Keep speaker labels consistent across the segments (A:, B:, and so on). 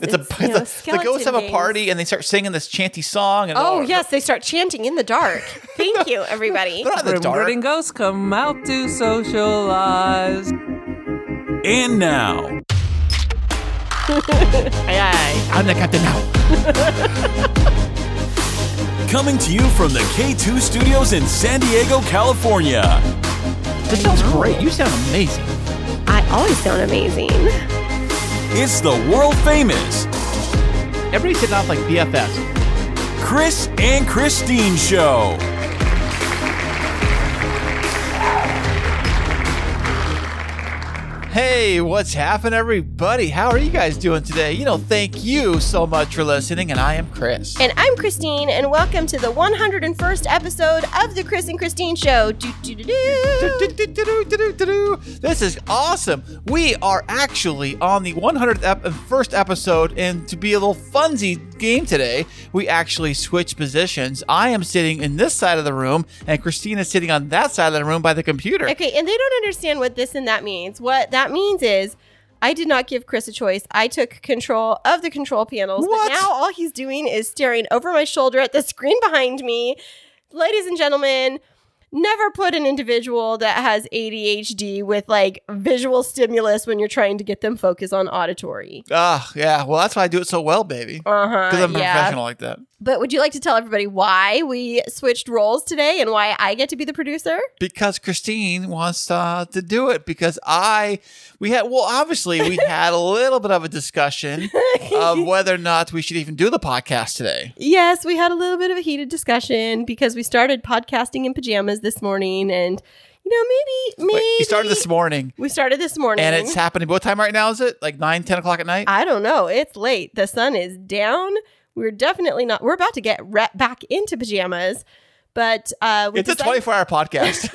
A: It's, a, it's
B: It's, you know,
A: a- it's like, oh, let's
B: skeleton
A: have a
B: gangs.
A: party, and they start singing this chanty song. And
B: Oh, yes, they start chanting in the dark. Thank you, everybody.
A: they're not in the dark.
C: Grim ghosts come out to socialize.
D: And now,
A: I'm the captain now.
D: coming to you from the K2 studios in San Diego, California,
A: This sounds great. You sound amazing.
B: I always sound amazing.
D: it's the world famous
A: Everybody sitting off like BFFs.
D: Chris and Christine Show.
A: Hey, what's happening, everybody? How are you guys doing today? You know, thank you so much for listening, and I am Chris.
B: And I'm Christine, and welcome to the 101st episode of The Chris and Christine Show. Do, do, do, do.
A: This is awesome. We are actually on the 100th ep- uh, first episode, and to be a little funsy game today, we actually switched positions. I am sitting in this side of the room, and Christine is sitting on that side of the room by the computer.
B: Okay, and they don't understand what this and that means. What that means is I did not give Chris a choice. I took control of the control panels.
A: What?
B: But now all he's doing is staring over my shoulder at the screen behind me. Ladies and gentlemen, never put an individual that has ADHD with like visual stimulus when you're trying to get them focus on auditory.
A: Ah, yeah. Well, that's why I do it so well, baby.
B: Uh
A: Because
B: huh.
A: I'm a
B: Yeah.
A: professional like that.
B: But would you like to tell everybody why we switched roles today and why I get to be the producer?
A: because Christine wants uh, to do it because I we had well obviously we had a little bit of a discussion of whether or not we should even do the podcast today.
B: Yes, we had a little bit of a heated discussion because we started podcasting in pajamas this morning, and you know, maybe,
A: Wait,
B: maybe
A: you started this morning
B: We started this morning,
A: and it's happening what time right now is it? Like 9 10 o'clock at night?
B: I don't know. It's late. The sun is down. We're definitely not. We're about to get re- back into pajamas, but uh, we
A: it's a
B: decided-
A: 24 hour podcast.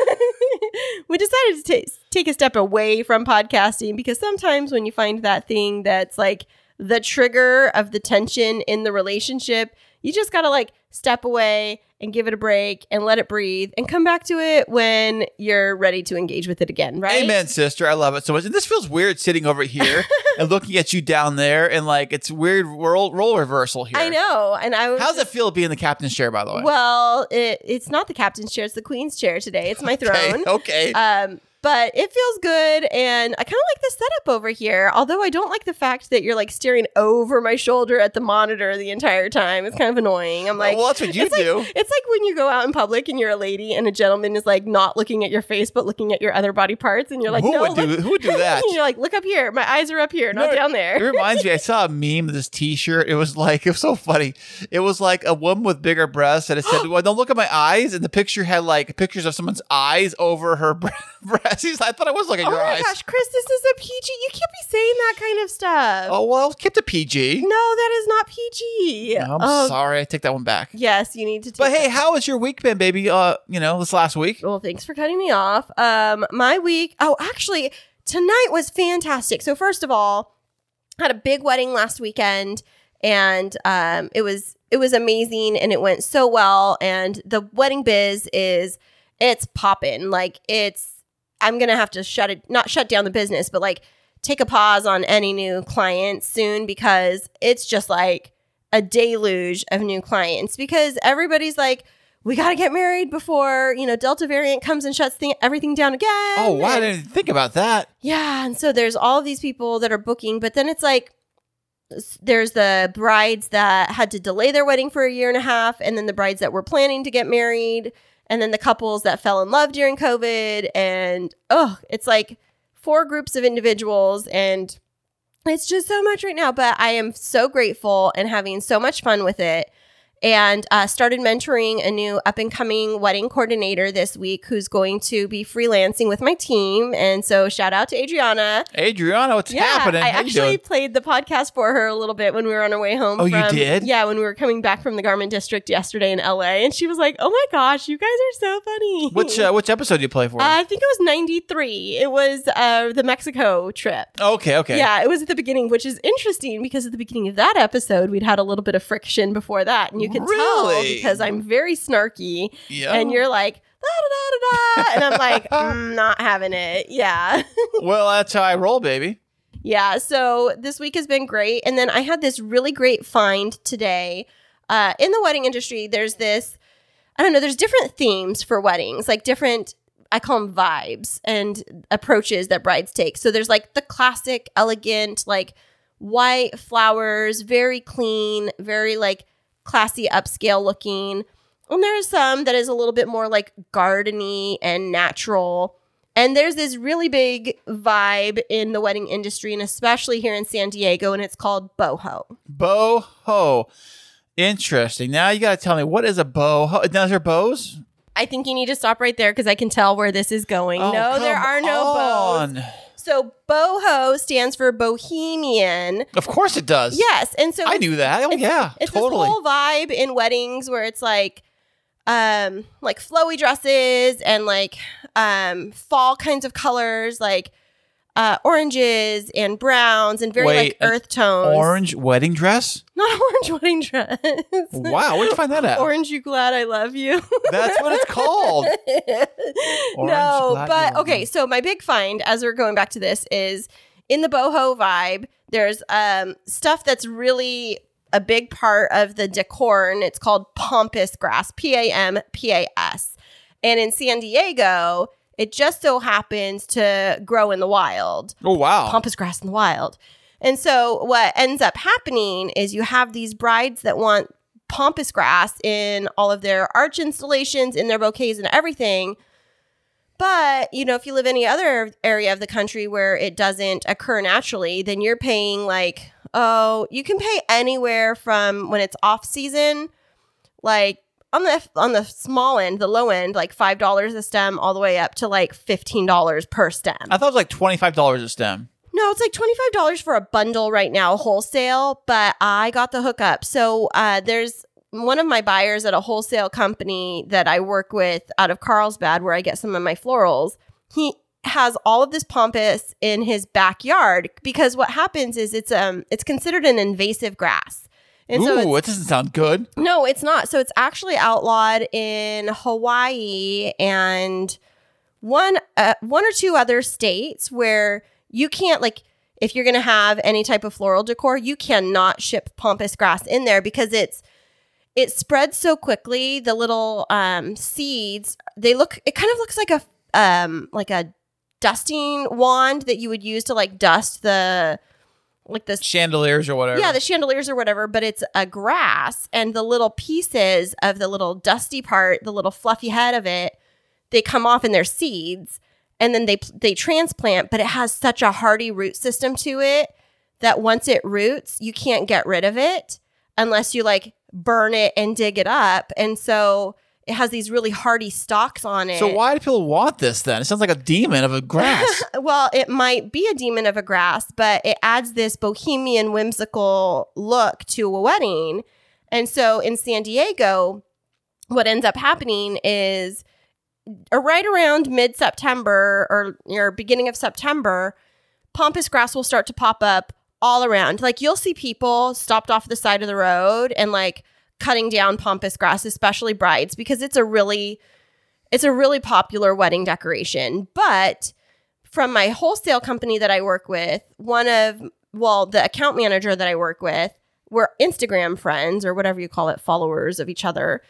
B: we decided to ta take a step away from podcasting because sometimes when you find that thing that's like the trigger of the tension in the relationship, you just got to like step away and give it a break and let it breathe and come back to it when you're ready to engage with it again, right?
A: Amen, sister. I love it so much. And this feels weird sitting over here and looking at you down there and like it's weird role, role reversal here.
B: I know. And I was
A: How's it feel being the captain's chair by the way?
B: Well, it, it's not the captain's chair, it's the queen's chair today. It's my throne.
A: okay. okay.
B: Um, but it feels good, and I kind of like the setup over here. Although I don't like the fact that you're like staring over my shoulder at the monitor the entire time. It's kind of annoying. I'm like,
A: well, that's what you
B: it's like-
A: do.
B: it's like when you go out in public and you're a lady, and a gentleman is like not looking at your face but looking at your other body parts, and you're like,
A: who
B: no,
A: would
B: look-
A: do who would do that?
B: you're like, look up here. My eyes are up here, not
A: No,
B: down
A: It
B: there.
A: reminds me, I saw a meme of this T-shirt. It was like it was so funny. It was like a woman with bigger breasts, and it said, "Well, don't look at my eyes." And the picture had like pictures of someone's eyes over her bre- breasts. He's like, I thought I was looking at
B: Oh
A: your
B: my
A: eyes.
B: gosh, Chris, this is a PG. You can't be saying that kind of stuff.
A: Oh well, kept a PG.
B: No, that is not PG.
A: I'm
B: oh,
A: sorry, I take that one back.
B: yes, you need to. Take
A: But hey,
B: that
A: how has your week been, baby? Uh, you know, this last week.
B: Well, thanks for cutting me off. Um, my week. Oh, actually, tonight was fantastic. So first of all, had a big wedding last weekend, and um, it was it was amazing, and it went so well. And the wedding biz is it's popping. Like it's I'm gonna have to shut it not shut down the business, but like take a pause on any new clients soon because it's just like a deluge of new clients because everybody's like we got to get married before you know delta variant comes and shuts thing, everything down again
A: Oh, wow, I
B: And-
A: didn't even think about that.
B: yeah and so there's all these people that are booking but then it's like s- there's the brides that had to delay their wedding for a year and a half and then the brides that were planning to get married and then the couples that fell in love during covid and oh it's like four groups of individuals and it's just so much right now but i am so grateful and having so much fun with it and uh, started mentoring a new up and coming wedding coordinator this week who's going to be freelancing with my team and so shout out to adriana
A: Adriana, what's happening?
B: I
A: uh, How you
B: actually
A: doing?
B: played the podcast for her a little bit when we were on our way home.
A: Oh, you
B: from-
A: did?
B: Yeah, when we were coming back from the Garment District yesterday in LA, and she was like, "Oh my gosh, you guys are so funny."
A: Which uh, which episode do you play for?
B: Uh, I think it was '93. It was uh, the Mexico trip.
A: okay, okay.
B: Yeah, it was at the beginning, which is interesting because at the beginning of that episode, we'd had a little bit of friction before that, and you can tell
A: Really?
B: because I'm very snarky,
A: Yeah.
B: and you're like. Da, da, da, da, da, and I'm like, "Mm, not having it. Yeah.
A: well, that's how I roll, baby.
B: Yeah. So this week has been great. And then I had this really great find today. Uh, in the wedding industry, there's this, I don't know, there's different themes for weddings, like different, I call them vibes and approaches that brides take. So there's like the classic, elegant, like white flowers, very clean, very like classy, upscale looking. And there's some that is a little bit more like gardeny and natural. And there's this really big vibe in the wedding industry, and especially here in San Diego, and it's called boho.
A: Boho. Interesting. Now you got to tell me what is a boho? Now is there bows?
B: I think you need to stop right there because I can tell where this is going.
A: Oh,
B: no, there
A: come
B: are no bows.
A: on.
B: So boho stands for bohemian.
A: Of course it does.
B: Yes, and so
A: I
B: it's-
A: knew that. Oh
B: it's-
A: yeah,
B: It's
A: totally.
B: this whole vibe in weddings where it's like, um, like flowy dresses and like, um, fall kinds of colors like, uh, oranges and browns and very
A: Wait,
B: like
A: an
B: earth tones.
A: Orange wedding dress?
B: not orange wedding dress.
A: Wow, where'd you find that at?
B: Orange, you glad I love you.
A: That's what it's called.
B: no,
A: glad
B: but
A: you-
B: okay. So my big find, as we're going back to this, is in the boho vibe. There's um stuff that's really a big part of the decor, and it's called pompous grass. P A M P A S. And in San Diego, it just so happens to grow in the wild
A: Oh wow.
B: pompous grass in the wild. And so what ends up happening is you have these brides that want pompous grass in all of their arch installations, in their bouquets and everything. But, you know, if you live any other area of the country where it doesn't occur naturally, then you're paying like, oh, you can pay anywhere from when it's off season, like on the on the small end, the low end, like five dollars a stem, all the way up to like fifteen dollars per stem.
A: I thought it was like twenty five dollars a stem.
B: No, it's like twenty five dollars for a bundle right now wholesale, but I got the hookup. So uh, there's one of my buyers at a wholesale company that I work with out of Carlsbad, where I get some of my florals. He has all of this pompous in his backyard because what happens is it's um it's considered an invasive grass, and so it's
A: Ooh, it doesn't sound good.
B: no, it's not. So it's actually outlawed in Hawaii and one uh, one or two other states where you can't like if you're going to have any type of floral decor, you cannot ship pompous grass in there because it's it spreads so quickly. The little um, seeds they look it kind of looks like a um, like a dusting wand that you would use to like dust the like the
A: Chandeliers or whatever.
B: yeah, the chandeliers or whatever, but it's a grass and the little pieces of the little dusty part, the little fluffy head of it, they come off in their seeds and then they they transplant, but it has such a hardy root system to it that once it roots, you can't get rid of it unless you like burn it and dig it up. And so it has these really hardy stalks on it.
A: so why do people want this then? It sounds like a demon of a grass.
B: Well, it might be a demon of a grass, but it adds this bohemian, whimsical look to a wedding. And so in San Diego, what ends up happening is uh, right around mid September or your beginning of September, pompous grass will start to pop up all around. Like you'll see people stopped off the side of the road and like cutting down pompous grass, especially brides, because it's a really it's a really popular wedding decoration. But from my wholesale company that I work with, one of, well, the account manager that I work with, we're Instagram friends or whatever you call it, followers of each other.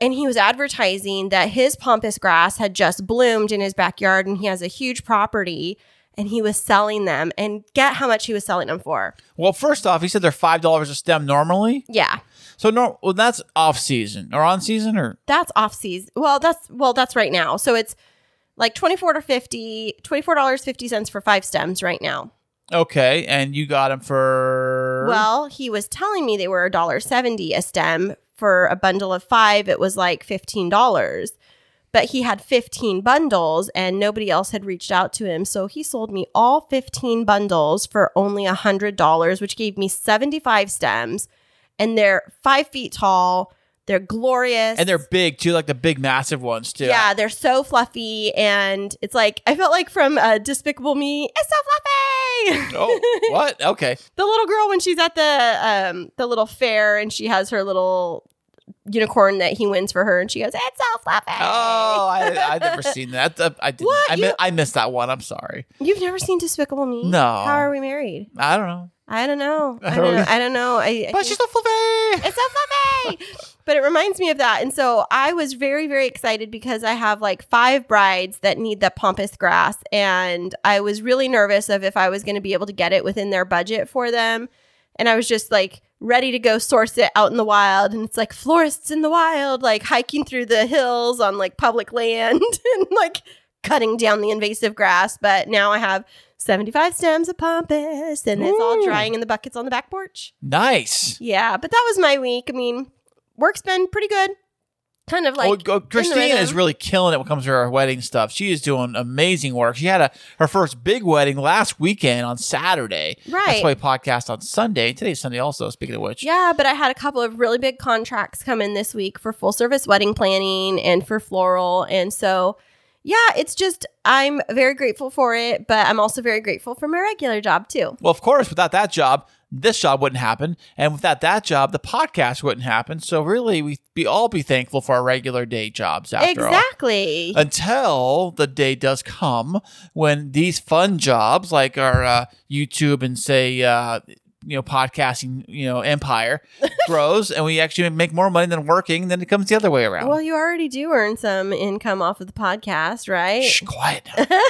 B: And he was advertising that his pompous grass had just bloomed in his backyard and he has a huge property and he was selling them. And get how much he was selling them for.
A: well, first off, he said they're five dollars a stem normally.
B: Yeah.
A: So norm well, that's off season or on season or
B: That's off season. Well, that's well, that's right now. So it's like 24 to 50, $24.50 for five stems right now.
A: okay, and you got him for
B: Well, he was telling me they were a dollar seventy a stem for a bundle of five. It was like fifteen dollars, but he had fifteen bundles, and nobody else had reached out to him. So he sold me all fifteen bundles for only a hundred dollars, which gave me seventy-five stems, and they're five feet tall. They're glorious,
A: and they're big too, like the big massive ones too.
B: yeah, they're so fluffy, and it's like I felt like from uh, Despicable Me. It's so fluffy.
A: Oh, what? Okay.
B: the little girl when she's at the um the little fair and she has her little unicorn that he wins for her, and she goes, "It's so fluffy."
A: Oh, I, I've never seen that. I, I didn't.
B: What?
A: I, mi-
B: You-
A: I missed that one. I'm sorry.
B: You've never seen Despicable Me?
A: No.
B: How are we married?
A: I don't know.
B: I don't know.
A: I
B: I
A: don't
B: don't know.
A: know.
B: I don't know. I, I
A: But
B: think-
A: she's a fluffy.
B: it's so fluffy. but it reminds me of that. And so I was very, very excited because I have like five brides that need the pompous grass. And I was really nervous of if I was going to be able to get it within their budget for them. And I was just like ready to go source it out in the wild. And it's like florists in the wild, like hiking through the hills on like public land and like cutting down the invasive grass. But now I have 75 stems of pompous and it's all
A: Ooh.
B: drying in the buckets on the back porch.
A: Nice.
B: Yeah, but that was my week. I mean, work's been pretty good. Kind of like
A: oh, oh, Christina is
B: rhythm.
A: really killing it when it comes to her wedding stuff. She is doing amazing work. She had a, her first big wedding last weekend on Saturday. That's
B: Right.
A: why we podcast on Sunday. Today's Sunday also, speaking of which.
B: yeah, but I had a couple of really big contracts come in this week for full service wedding planning and for floral. And so, yeah, it's just I'm very grateful for it, but I'm also very grateful for my regular job too.
A: Well, of course, without that job, this job wouldn't happen. And without that job, the podcast wouldn't happen. So really, we be all be thankful for our regular day jobs after all. Uh,
B: exactly.
A: until the day does come when these fun jobs like our uh, YouTube and say uh, you know podcasting you know empire grows and we actually make more money than working then it comes the other way around.
B: well, you already do earn some income off of the podcast, right?
A: Shh, quiet. now.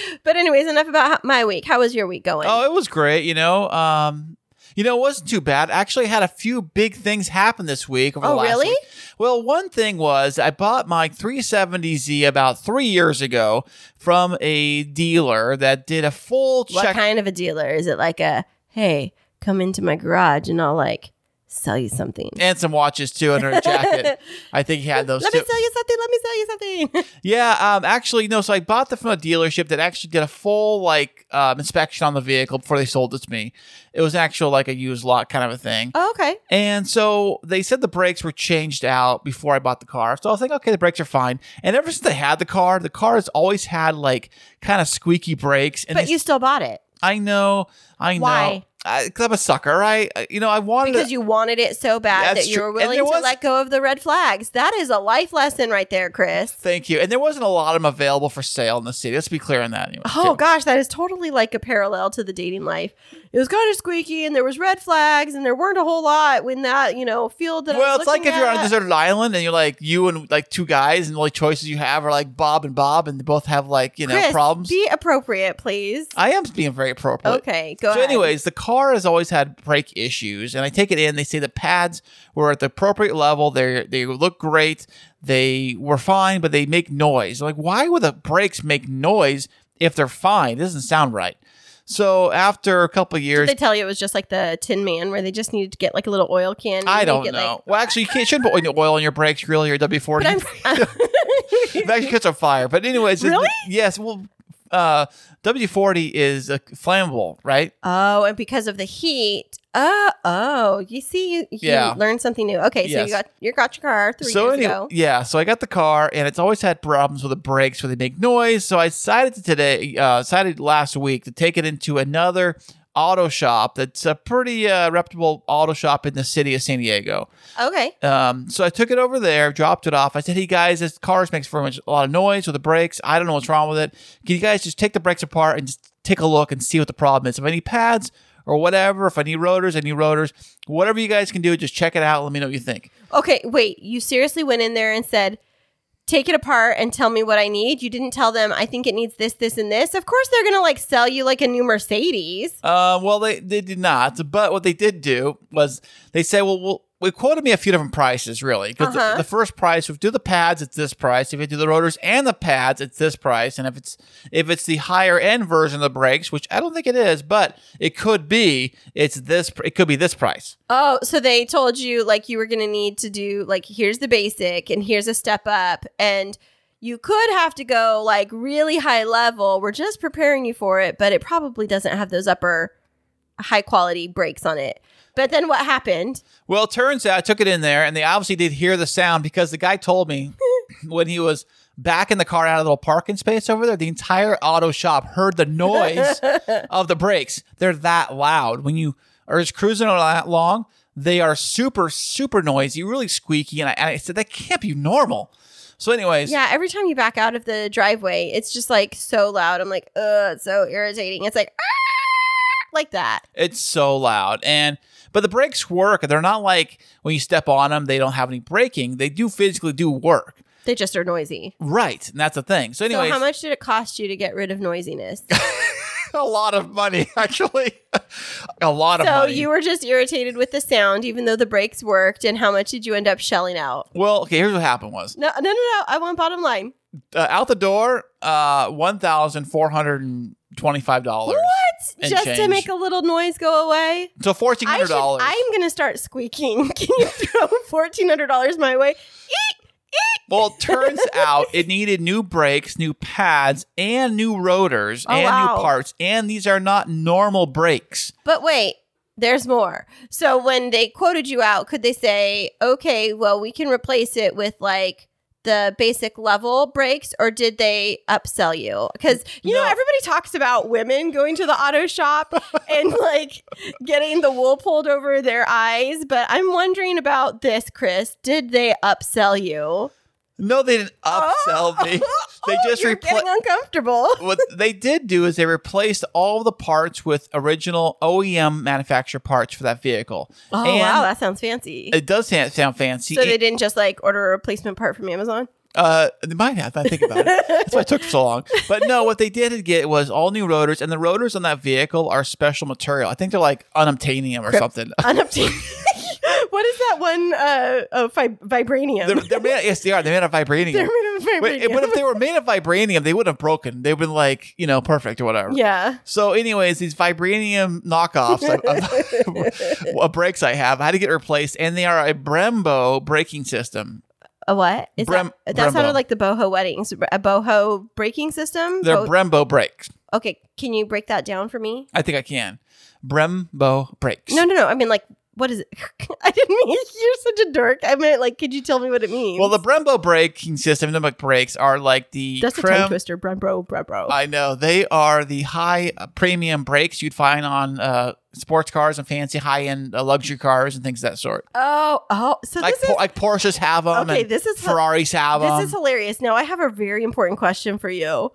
B: but anyways, enough about ho- my week. How was your week going?
A: oh, it was great. You know, um, you know, it wasn't too bad. I actually had a few big things happen this week. Over the
B: Oh,
A: last
B: really?
A: week. Well, one thing was I bought my 370Z about three years ago from a dealer that did a full
B: What
A: check.
B: kind of a dealer? Is it like a, hey, come into my garage and I'll like sell you something?
A: and some watches too under a jacket. I think he had those
B: Let
A: too.
B: me sell you something. Let me sell you something.
A: yeah, um, actually, no. So I bought them from a dealership that actually did a full like um, inspection on the vehicle before they sold it to me. It was actual like a used lot kind of a thing.
B: oh, okay.
A: And so they said the brakes were changed out before I bought the car. So I was like, okay, the brakes are fine. And ever since I had the car, the car has always had like kind of squeaky brakes. And
B: But
A: this-
B: you still bought it
A: I know, I know.
B: Why?
A: Because I'm a sucker, right? I- You know, I wanted
B: because you wanted it so bad
A: That's
B: that you
A: true.
B: were
A: And
B: willing
A: there
B: to
A: was-
B: let go of the red flags. That is a life lesson right there, Chris.
A: Thank you. And there wasn't a lot of them available for sale in the city. Let's be clear on that. Anyway,
B: Oh
A: too.
B: gosh, that is totally like a parallel to the dating life. It was kind of squeaky, and there was red flags, and there weren't a whole lot in that you know field that. I
A: Well,
B: was
A: it's like
B: looking
A: if you're on a
B: at.
A: deserted island and you're like you and like two guys, and the only choices you have are like Bob and Bob, and they both have like you know
B: Chris,
A: problems.
B: Be appropriate, please.
A: I am being very appropriate.
B: Okay, go
A: so,
B: ahead.
A: anyways, the car has always had brake issues, and I take it in. They say the pads were at the appropriate level. They they look great. They were fine, but they make noise. Like, why would the brakes make noise if they're fine? It doesn't sound right. So after a couple of years,
B: Did they tell you it was just like the Tin Man, where they just needed to get like a little oil can? and
A: I
B: make
A: don't
B: it,
A: know.
B: like-
A: well, actually, you can't, shouldn't put oil- oil on your brakes, really, or W forty.
B: but I'm.
A: It actually catch on fire. But anyways, it-
B: Really?
A: yes. Well, uh, W forty is uh, flammable, right?
B: oh, and because of the heat. Oh, oh, you see, you, you
A: Yeah.
B: learned something new. Okay, so
A: Yes.
B: you got you got your car three
A: so
B: years
A: anyway,
B: ago.
A: yeah. So I got the car, and it's always had problems with the brakes where they make noise. So I decided to today, uh, decided last week to take it into another auto shop that's a pretty uh, reputable auto shop in the city of San Diego.
B: Okay,
A: Um, so I took it over there, dropped it off. I said, "Hey guys, this car makes very much a lot of noise with the brakes. I don't know what's wrong with it. Can you guys just take the brakes apart and just take a look and see what the problem is? If I need pads or whatever, if I need rotors, I need rotors. Whatever you guys can do, just check it out. Let me know what you think.
B: okay, wait. You seriously went in there and said, "Take it apart and tell me what I need." You didn't tell them. I think it needs this, this, and this. Of course, they're gonna like sell you like a new Mercedes.
A: Uh, well, they they did not, but what they did do was they said, well, well. It quoted me a few different prices, really. Because
B: Uh-huh.
A: the, first price, if you do the pads, it's this price. If you do the rotors and the pads, it's this price. And if it's if it's the higher end version of the brakes, which I don't think it is, but it could be, it's this. pr- It could be this price.
B: Oh, so they told you like you were going to need to do like here's the basic and here's a step up and you could have to go like really high level. We're just preparing you for it, but it probably doesn't have those upper high quality breaks on it. But then what happened?
A: Well, it turns out I took it in there, and they obviously did hear the sound because the guy told me when he was back in the car out of the little parking space over there, the entire auto shop heard the noise of the brakes. They're that loud. When you are just cruising along. They are super, super noisy, really squeaky. And I, and I said, that can't be normal. So, anyways,
B: Yeah, every time you back out of the driveway, it's just like so loud. I'm like, ugh, it's so irritating. It's like, "Ah!" like that.
A: It's so loud. And but the brakes work. They're not like when you step on them, they don't have any braking. They do physically do work.
B: They just are noisy.
A: Right. And that's the thing. So anyways,
B: So, how much did it cost you to get rid of noisiness?
A: a lot of money actually. a lot of
B: so,
A: money.
B: you were just irritated with the sound, even though the brakes worked. And how much did you end up shelling out?
A: well, okay, here's what happened was.
B: No, no, no, no. I want bottom line.
A: Uh, out the door, uh $1,425. What? And
B: just to
A: change.
B: make a little noise go away.
A: So
B: I
A: $1,400.
B: should, I'm going to start squeaking. Can you throw $1,400 my way?
A: Well, it turns out it needed new brakes, new pads, and new rotors,
B: Oh,
A: and new
B: wow.
A: parts. And these are not normal brakes.
B: But wait, there's more. So when they quoted you out, could they say, okay, well, we can replace it with like the basic level breaks, or did they upsell you? Because, you know,
A: No.
B: everybody talks about women going to the auto shop and like getting the wool pulled over their eyes. But I'm wondering about this, Chris. Did they upsell you?
A: No, they didn't upsell
B: Oh.
A: me. They just
B: You're
A: replaced.
B: getting uncomfortable.
A: what they did do is they replaced all the parts with original OEM manufacturer parts for that vehicle.
B: Oh,
A: And
B: wow. That sounds fancy.
A: It does sound, sound fancy.
B: So they didn't just like order a replacement part from Amazon?
A: Uh, they might have. I think about it. That's why it took so long. But no, what they did get was all new rotors, and the rotors on that vehicle are special material. I think they're like unobtainium or something.
B: Uh, unobtainium. what is that one? Uh, oh, fi- vibranium.
A: they're, they're made. Yes, they are. They're made of vibranium.
B: They're made of vibranium.
A: Wait, but if they were made of vibranium, they wouldn't have broken. They would have been like, you know, perfect or whatever.
B: yeah.
A: So, anyways, these vibranium knockoffs of, of- of brakes I have had to get replaced, and they are a Brembo braking system.
B: A what? Is
A: Brem-
B: that, that sounded
A: Brembo.
B: like the boho weddings. A boho braking system.
A: They're
B: Bo-
A: Brembo brakes.
B: okay, can you break that down for me?
A: I think I can. Brembo brakes.
B: No, no, no. I mean, like, what is it? I didn't mean you're such a dork. I meant like, could you tell me what it means?
A: Well, the Brembo braking system, pneumatic brakes, are like the
B: that's a tongue
A: trim-
B: twister, Brembo, Brembo.
A: I know they are the high uh, premium brakes you'd find on uh, sports cars and fancy high end uh, luxury cars and things of that sort.
B: oh, oh. So
A: Like,
B: this is
A: Po- like Porsches have them.
B: Okay, this is-
A: Ferraris have them.
B: This is hilarious. Now I have a very important question for you.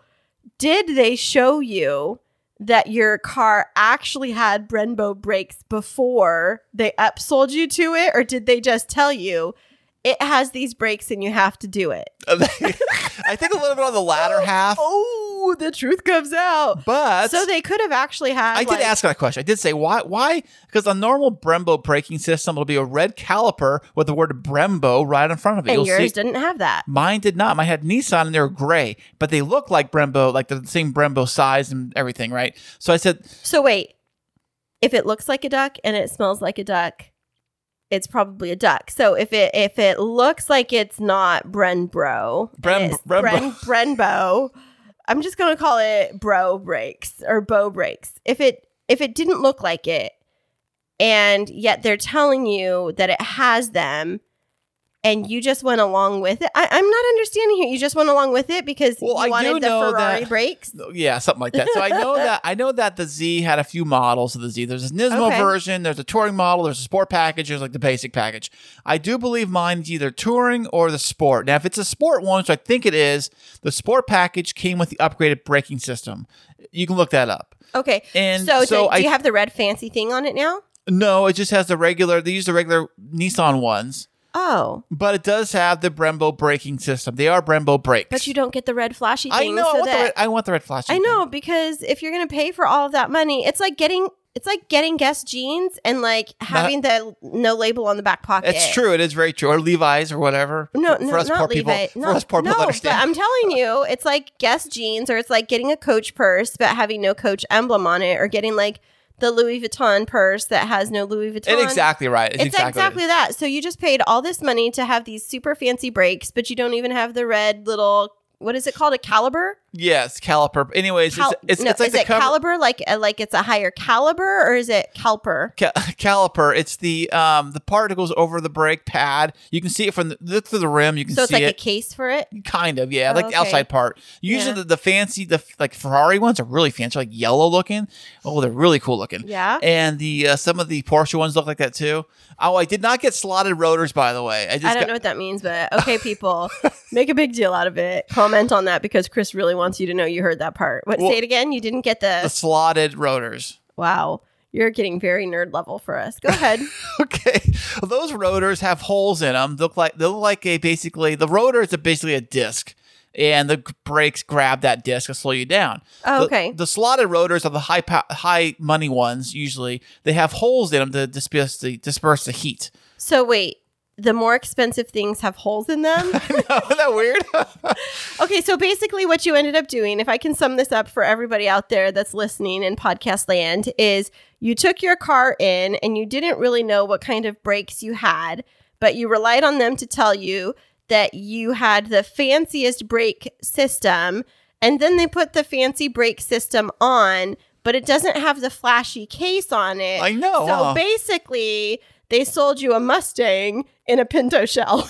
B: Did they show you that your car actually had Brembo brakes before they upsold you to it, or did they just tell you it has these brakes and you have to do it?
A: I think a little bit on the latter half,
B: Oh, the truth comes out.
A: but
B: so they could have actually had.
A: I did
B: like-
A: ask that question. I did say why? Why? Because a normal Brembo braking system will be a red caliper with the word Brembo right in front of it.
B: and
A: You'll
B: yours
A: see.
B: didn't have that.
A: Mine did not. Mine had Nissan and they were gray, but they look like Brembo, like they're the same Brembo size and everything, right? So I said,
B: So wait, if it looks like a duck and it smells like a duck, it's probably a duck. So if it if it looks like it's not Brenbro, and
A: Bren-
B: it's
A: Brenbo.
B: Bren, Brenbo, I'm just gonna call it Bro Breaks or Bow Breaks. If it if it didn't look like it, and yet they're telling you that it has them. And you just went along with it. I, I'm not understanding here. You just went along with it because
A: Well,
B: you
A: I do
B: wanted the
A: know
B: Ferrari
A: that-
B: brakes.
A: yeah, something like that. So I know that I know that the Z had a few models of the Z. There's a Nismo
B: Okay.
A: version, there's a touring model, there's a sport package, there's like the basic package. I do believe mine's either touring or the sport. Now, if it's a sport one, which I think it is, the sport package came with the upgraded braking system. You can look that up.
B: Okay.
A: And
B: so,
A: so
B: do, do
A: I-
B: you have the red fancy thing on it now?
A: No, it just has the regular. They use the regular Nissan ones,
B: Oh,
A: but it does have the Brembo braking system. They are Brembo brakes.
B: but you don't get the red flashy
A: I
B: thing.
A: know. I,
B: So
A: want the red,
B: that,
A: I want the red flashing.
B: I
A: thing.
B: know because if you're gonna pay for all of that money, it's like getting it's like getting Guess jeans and like having the no label on the back pocket.
A: It's true. It is very true. Or Levi's or whatever.
B: No,
A: For
B: no,
A: us
B: not
A: poor people.
B: Levi.
A: for
B: No,
A: us poor
B: no,
A: people
B: but
A: understand.
B: I'm telling you, it's like Guess jeans, or it's like getting a Coach purse but having no Coach emblem on it, or getting like the Louis Vuitton purse that has no Louis Vuitton.
A: it's exactly right. It's,
B: It's
A: exactly,
B: exactly, that. So you just paid all this money to have these super fancy breaks, but you don't even have the red little what is it called? A caliber?
A: Yes, caliper. Anyways,
B: Cal-
A: it's, it's,
B: no,
A: it's like
B: is
A: the
B: it
A: cover-
B: caliber like uh, like it's a higher caliber or is it calper?
A: ca- caliper. It's the um the part that goes over the brake pad. You can see it from the, look through the rim. You can
B: So it's
A: see
B: like a
A: it.
B: case for it.
A: kind of yeah
B: Oh,
A: like
B: okay.
A: the outside part usually
B: Yeah.
A: the, the fancy the like ferrari ones are really fancy like yellow looking oh they're really cool looking
B: Yeah.
A: and the uh, some of the porsche ones look like that too oh i did not get slotted rotors by the way i just
B: I don't
A: got,
B: know what that means, but okay, people, make a big deal out of it. Comment on that because Chris really wants you to know you heard that part. What?
A: Well-
B: say it again. You didn't get
A: the
B: the.
A: slotted rotors
B: Wow, you're getting very nerd level for us. Go ahead.
A: okay Well, those rotors have holes in them look like they look like a basically the rotor is a, basically a disc and the g- brakes grab that disc and slow you down.
B: Oh,
A: The-
B: okay.
A: The, slotted rotors are the high pow- high money ones. Usually, they have holes in them to disperse the disperse the heat.
B: so wait, the more expensive things have holes in them.
A: Isn't that weird?
B: Okay, so basically, what you ended up doing, if I can sum this up for everybody out there that's listening in podcast land, is you took your car in and you didn't really know what kind of brakes you had, but you relied on them to tell you that you had the fanciest brake system. And then they put the fancy brake system on, but it doesn't have the flashy case on it.
A: I know,
B: So
A: huh?
B: basically, they sold you a Mustang in a pinto shell.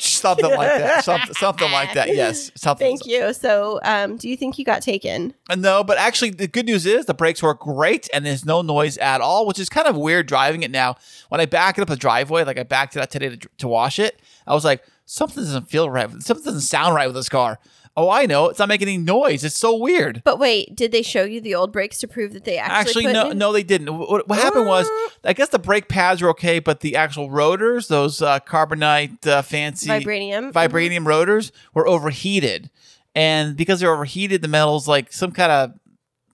A: something like that. Something, something like that. Yes. Something.
B: Thank you. So, um, do you think you got taken?
A: No, but actually, the good news is the brakes work great and there's no noise at all, which is kind of weird driving it now. When I back it up the driveway, like I backed it out today to, to wash it, I was like, something doesn't feel right. Something doesn't sound right with this car. Oh, I know. It's not making any noise. It's so weird.
B: But wait, did they show you the old brakes to prove that they actually,
A: Actually,
B: put
A: no,
B: in-
A: no, they didn't. What, what happened was, I guess the brake pads were okay, but the actual rotors, those uh, carbonite uh, fancy
B: vibranium?
A: vibranium rotors were overheated and because they're overheated the metals like some kind of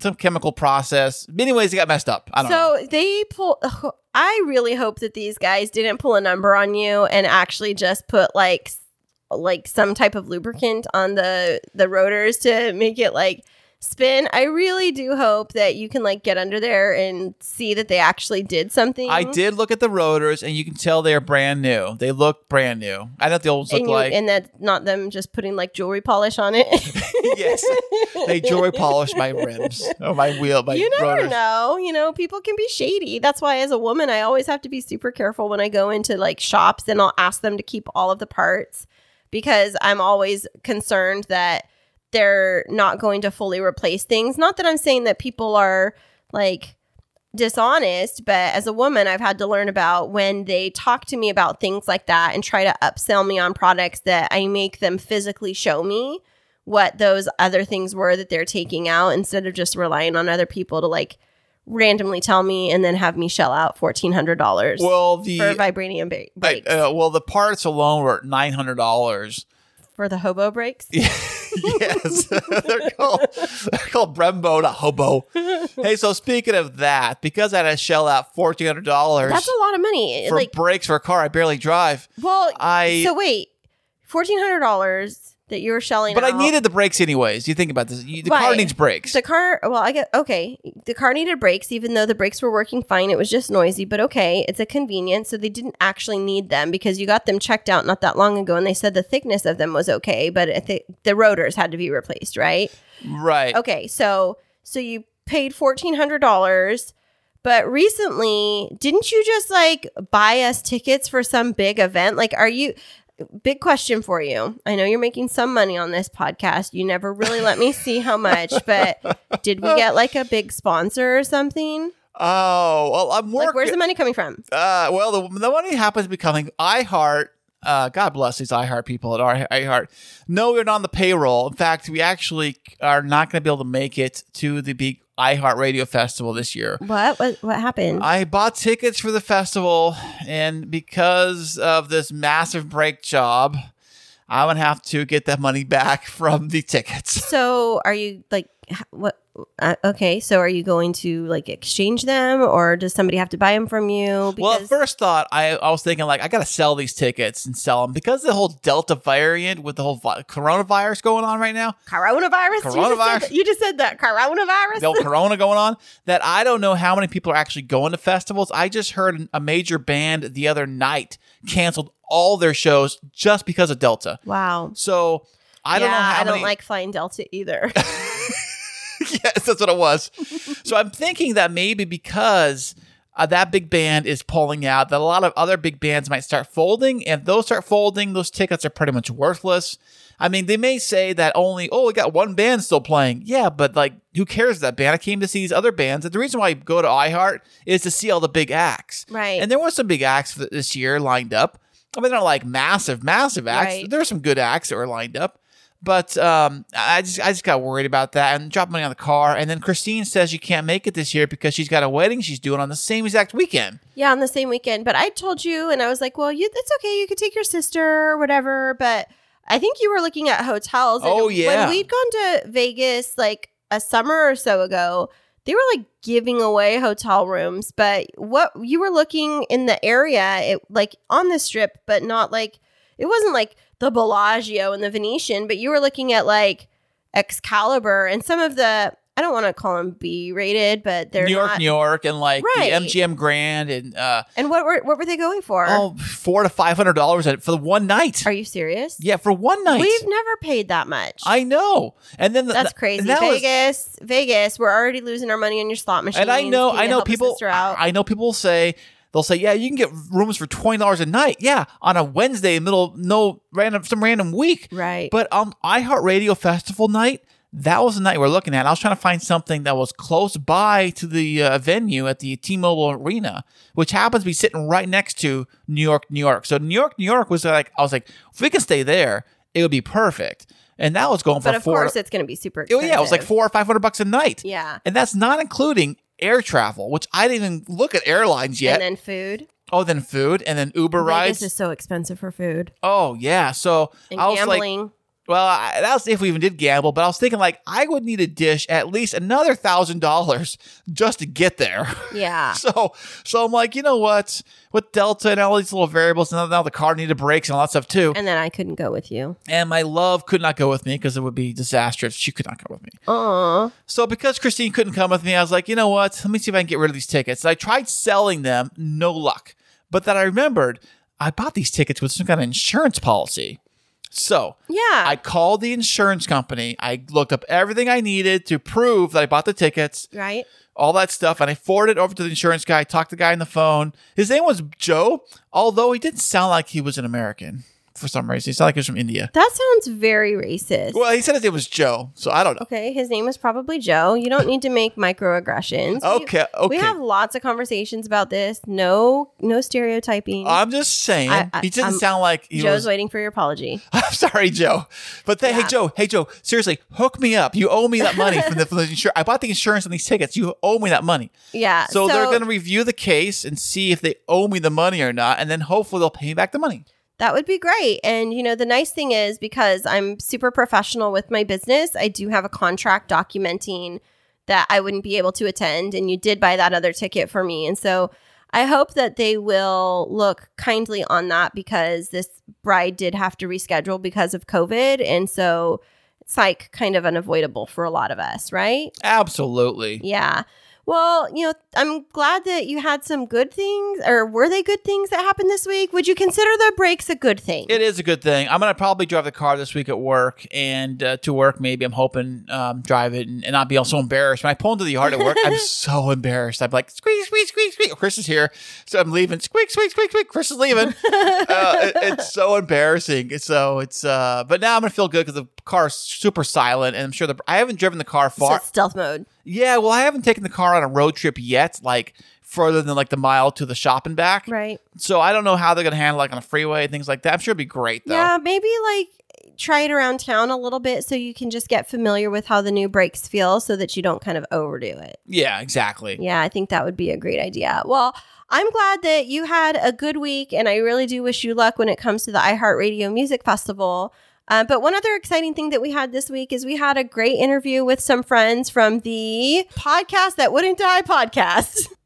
A: some chemical process anyways it got messed up i don't know
B: so they pull. I really hope that these guys didn't pull a number on you and actually just put like s- like some type of lubricant on the the rotors to make it like spin. I really do hope that you can like get under there and see that they actually did something.
A: i did look at the rotors and you can tell they are brand new they look brand new i know what the old ones look
B: And, you,
A: like
B: and that not them just putting like jewelry polish on it.
A: yes they jewelry polish my rims or my wheel my
B: you never
A: rotors
B: know. You know, people can be shady. That's why, as a woman, I always have to be super careful when I go into like shops and I'll ask them to keep all of the parts because I'm always concerned that they're not going to fully replace things. Not that I'm saying that people are like dishonest, but as a woman, I've had to learn about when they talk to me about things like that and try to upsell me on products that I make them physically show me what those other things were that they're taking out instead of just relying on other people to like randomly tell me and then have me shell out $1,400
A: well the
B: for vibranium ba-
A: I-
B: brakes.
A: uh, well the parts alone were nine hundred dollars
B: for the hobo brakes?
A: yes, they're called they're called Brembo, not hobo. Hey, so speaking of that, because I had to shell out fourteen hundred dollars
B: That's a lot of money.
A: for
B: like,
A: brakes for a car I barely drive,
B: well,
A: I-
B: so wait, $1,400 that you were shelling
A: but
B: out.
A: I needed the brakes anyways. You think about this, you, the car
B: Right.
A: needs brakes.
B: The car, well, I get okay. The car needed brakes, even though the brakes were working fine. It was just noisy, but okay, it's a convenience. So they didn't actually need them because you got them checked out not that long ago, and they said the thickness of them was okay, but I thi- the rotors had to be replaced, right?
A: right?
B: Okay, so so you paid fourteen hundred dollars, but recently, didn't you just like buy us tickets for some big event? Like, are you? Big question for you. I know you're making some money on this podcast. You never really let me see how much, but did we get like a big sponsor or something?
A: Oh, well, I'm working.
B: Like, where's the money coming from?
A: uh, well, the, the money happens to be coming. iHeart, uh, God bless these iHeart people at our iHeart. No, we're not on the payroll. In fact, we actually are not going to be able to make it to the big iHeart Radio Festival this year.
B: What? What, what happened?
A: I bought tickets for the festival, and because of this massive break job, I'm gonna have to get that money back from the tickets.
B: so, are you like h- what? Uh, okay, so are you going to like exchange them, or does somebody have to buy them from you?
A: Well, at first thought, I, I was thinking like I gotta sell these tickets and sell them because the whole Delta variant with the whole vi- coronavirus going on right now,
B: coronavirus.
A: Coronavirus.
B: You just said that, you just said that. coronavirus.
A: the old corona going on, that I don't know how many people are actually going to festivals. I just heard a major band the other night canceled all their shows just because of Delta.
B: Wow.
A: So I don't
B: yeah,
A: know how
B: I don't
A: many-
B: like flying Delta either.
A: yes, that's what it was. so I'm thinking that maybe because uh, that big band is pulling out, that a lot of other big bands might start folding. And if those start folding, those tickets are pretty much worthless. I mean, they may say that only, oh, we got one band still playing. Yeah, but like, who cares that band? I came to see these other bands. And the reason why I go to iHeart is to see all the big acts.
B: Right.
A: And there was some big acts th- this year lined up. I mean, they're not like massive, massive acts.
B: Right.
A: There were some good acts that were lined up. But um, I just I just got worried about that and dropped money on the car. And then Christine says she can't make it this year because she's got a wedding she's doing on the same exact weekend.
B: yeah, on the same weekend. But I told you, and I was like, well, you, that's okay. You could take your sister or whatever. But I think you were looking at hotels. and
A: Oh, yeah.
B: When we'd gone to Vegas like a summer or so ago, they were like giving away hotel rooms. But what you were looking in the area, it like on the strip, but not like it wasn't like the Bellagio and the Venetian, but you were looking at like Excalibur and some of the. I don't want to call them B rated, but they're
A: New York,
B: not.
A: New York, and like
B: Right.
A: the MGM Grand and uh,
B: And what were what were they going for?
A: oh four to five hundred dollars at- for the one night.
B: Are you serious?
A: yeah, for one night.
B: We've never paid that much.
A: I know. And then the-
B: That's
A: the-
B: crazy.
A: and that was-
B: Vegas, Vegas, we're already losing our money on your slot machines.
A: and I know,
B: Can you
A: I know
B: help a
A: people.
B: sister Out?
A: I know people say they'll say, "Yeah, you can get rooms for twenty dollars a night." Yeah, on a Wednesday, middle, no random, some random week.
B: right.
A: But um, iHeartRadio Festival night, that was the night we're looking at. I was trying to find something that was close by to the uh, venue at the T-Mobile Arena, which happens to be sitting right next to New York, New York. So New York, New York was like, I was like, if we can stay there, it would be perfect. And that was going for
B: but of
A: four.
B: course, it's going to be super
A: Oh,
B: expensive.
A: yeah, it was like four or five hundred bucks a night.
B: Yeah.
A: And that's not including air travel, which I didn't even look at airlines yet.
B: And then food.
A: oh, then food and then Uber rides.
B: Vegas is so expensive for food
A: oh, yeah. So
B: and
A: I was like,
B: gambling.
A: well, I, that was if we even did gamble, but I was thinking like I would need a dish at least another thousand dollars just to get there.
B: yeah.
A: so, so I'm like, you know what? With Delta and all these little variables, and now the car needed brakes and all that stuff too. And,
B: And then I couldn't go with you.
A: my love could not go with me because it would be disastrous. She could not go with me.
B: Aw.
A: So because Christine couldn't come with me, I was like, you know what? Let me see if I can get rid of these tickets. And I tried selling them, no luck. But then I remembered I bought these tickets with some kind of insurance policy. So
B: Yeah.
A: I called the insurance company. I looked up everything I needed to prove that I bought the tickets,
B: right.
A: all that stuff, and I forwarded it over to the insurance guy. Talked to the guy on the phone. His name was Joe, although he didn't sound like he was an American for some reason. He sounded like he was from India.
B: That sounds very racist.
A: Well, he said his name was Joe, so I don't know.
B: Okay, his name was probably Joe. You don't need to make microaggressions. We-
A: Okay, okay.
B: We have lots of conversations about this. No, no stereotyping.
A: I'm just saying,
B: I- I-
A: he didn't
B: I'm-
A: sound like he
B: Joe's
A: was.
B: waiting for your apology.
A: I'm sorry, Joe, but th- hey,
B: Yeah.
A: Joe, hey, Joe, seriously, hook me up. You owe me that money from the, from the insurance. I bought the insurance on these tickets. You owe me that money.
B: Yeah.
A: So, they're going to review the case and see if they owe me the money or not, and then hopefully they'll pay me back the money.
B: that would be great. And you know, the nice thing is because I'm super professional with my business, I do have a contract documenting that I wouldn't be able to attend, and you did buy that other ticket for me, and so. I hope that they will look kindly on that because this bride did have to reschedule because of COVID. And so it's like kind of unavoidable for a lot of us, right?
A: Absolutely.
B: Yeah. Well, you know, I'm glad that you had some good things, or were they good things that happened this week? Would you consider the breaks a good thing?
A: It is a good thing. I'm going to probably drive the car this week at work and uh, to work, maybe. I'm hoping um, drive it and, and not be all so embarrassed. When I pull into the yard at work, I'm so embarrassed. I'm like, squeak, squeak, squeak, squeak. Oh, Chris is here. So I'm leaving. Squeak, squeak, squeak, squeak. Chris is leaving. uh, it- it's so embarrassing. So it's, uh, but now I'm going to feel good because the car's super silent. And I'm sure the, I haven't driven the car
B: So
A: far.
B: it's stealth mode.
A: Yeah, well, I haven't taken the car on a road trip yet, like further than like the mile to the shop and back.
B: Right.
A: So I don't know how they're gonna handle like on a freeway things like that. I'm sure it'd be great though.
B: Yeah, maybe like try it around town a little bit so you can just get familiar with how the new brakes feel so that you don't kind of overdo it.
A: Yeah, exactly.
B: Yeah, I think that would be a great idea. Well, I'm glad that you had a good week, and I really do wish you luck when it comes to the iHeartRadio Music Festival. Uh, but one other exciting thing that we had this week is we had a great interview with some friends from the podcast that wouldn't die podcast.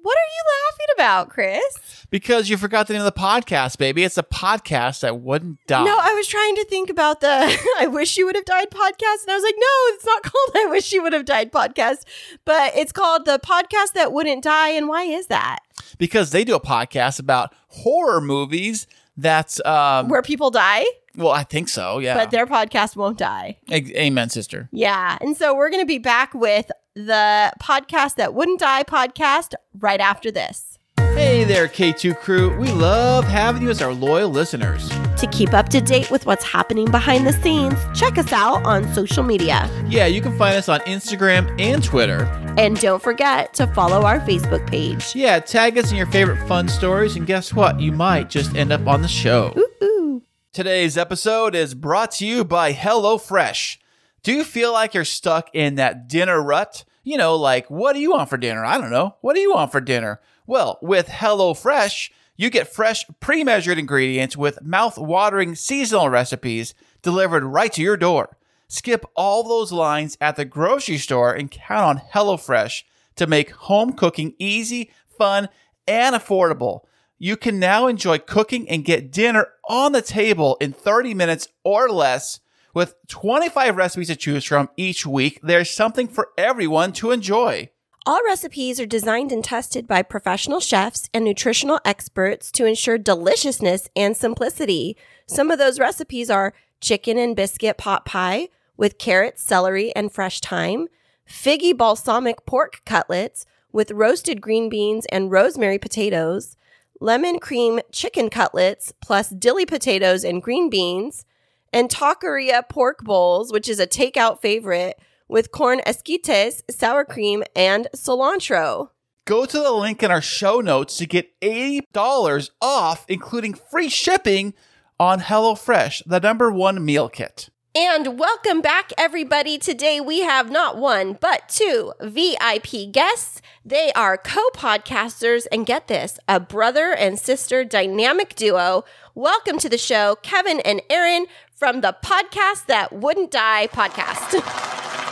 B: What are you laughing about, Chris?
A: Because you forgot the name of the podcast, baby. It's a podcast that wouldn't die.
B: No, I was trying to think about the I Wish You Would Have Died podcast. And I was like, no, it's not called I Wish You Would Have Died podcast, but it's called the podcast that wouldn't die. And why is that?
A: because they do a podcast about horror movies that's um
B: where people die,
A: well I think so, yeah.
B: but their podcast won't die.
A: A- Amen, sister.
B: Yeah. And so we're going to be back with the podcast that wouldn't die podcast right after this.
A: Hey there, K2 crew. We love having you as our loyal listeners.
B: To keep up to date with what's happening behind the scenes, check us out on social media.
A: Yeah, you can find us on Instagram and Twitter.
B: And don't forget to follow our Facebook page.
A: Yeah, tag us in your favorite fun stories, and guess what? You might just end up on the show.
B: Ooh.
A: Today's episode is brought to you by HelloFresh. Do you feel like you're stuck in that dinner rut? You know, like, what do you want for dinner? I don't know. What do you want for dinner? Well, with HelloFresh, you get fresh, pre measured ingredients with mouth watering seasonal recipes delivered right to your door. Skip all those lines at the grocery store and count on HelloFresh to make home cooking easy, fun, and affordable. You can now enjoy cooking and get dinner on the table in 30 minutes or less with 25 recipes to choose from each week. There's something for everyone to enjoy.
B: All recipes are designed and tested by professional chefs and nutritional experts to ensure deliciousness and simplicity. Some of those recipes are chicken and biscuit pot pie with carrots, celery, and fresh thyme, figgy balsamic pork cutlets with roasted green beans and rosemary potatoes, lemon cream chicken cutlets plus dilly potatoes and green beans, and taqueria pork bowls, which is a takeout favorite, with corn esquites, sour cream, and cilantro.
A: Go to the link in our show notes to get $80 off, including free shipping on HelloFresh, the number one meal kit.
B: And welcome back, everybody. Today we have not one, but two VIP guests. They are co podcasters, and get this a brother and sister dynamic duo. Welcome to the show, Kevin and Aaron from the podcast that wouldn't die podcast.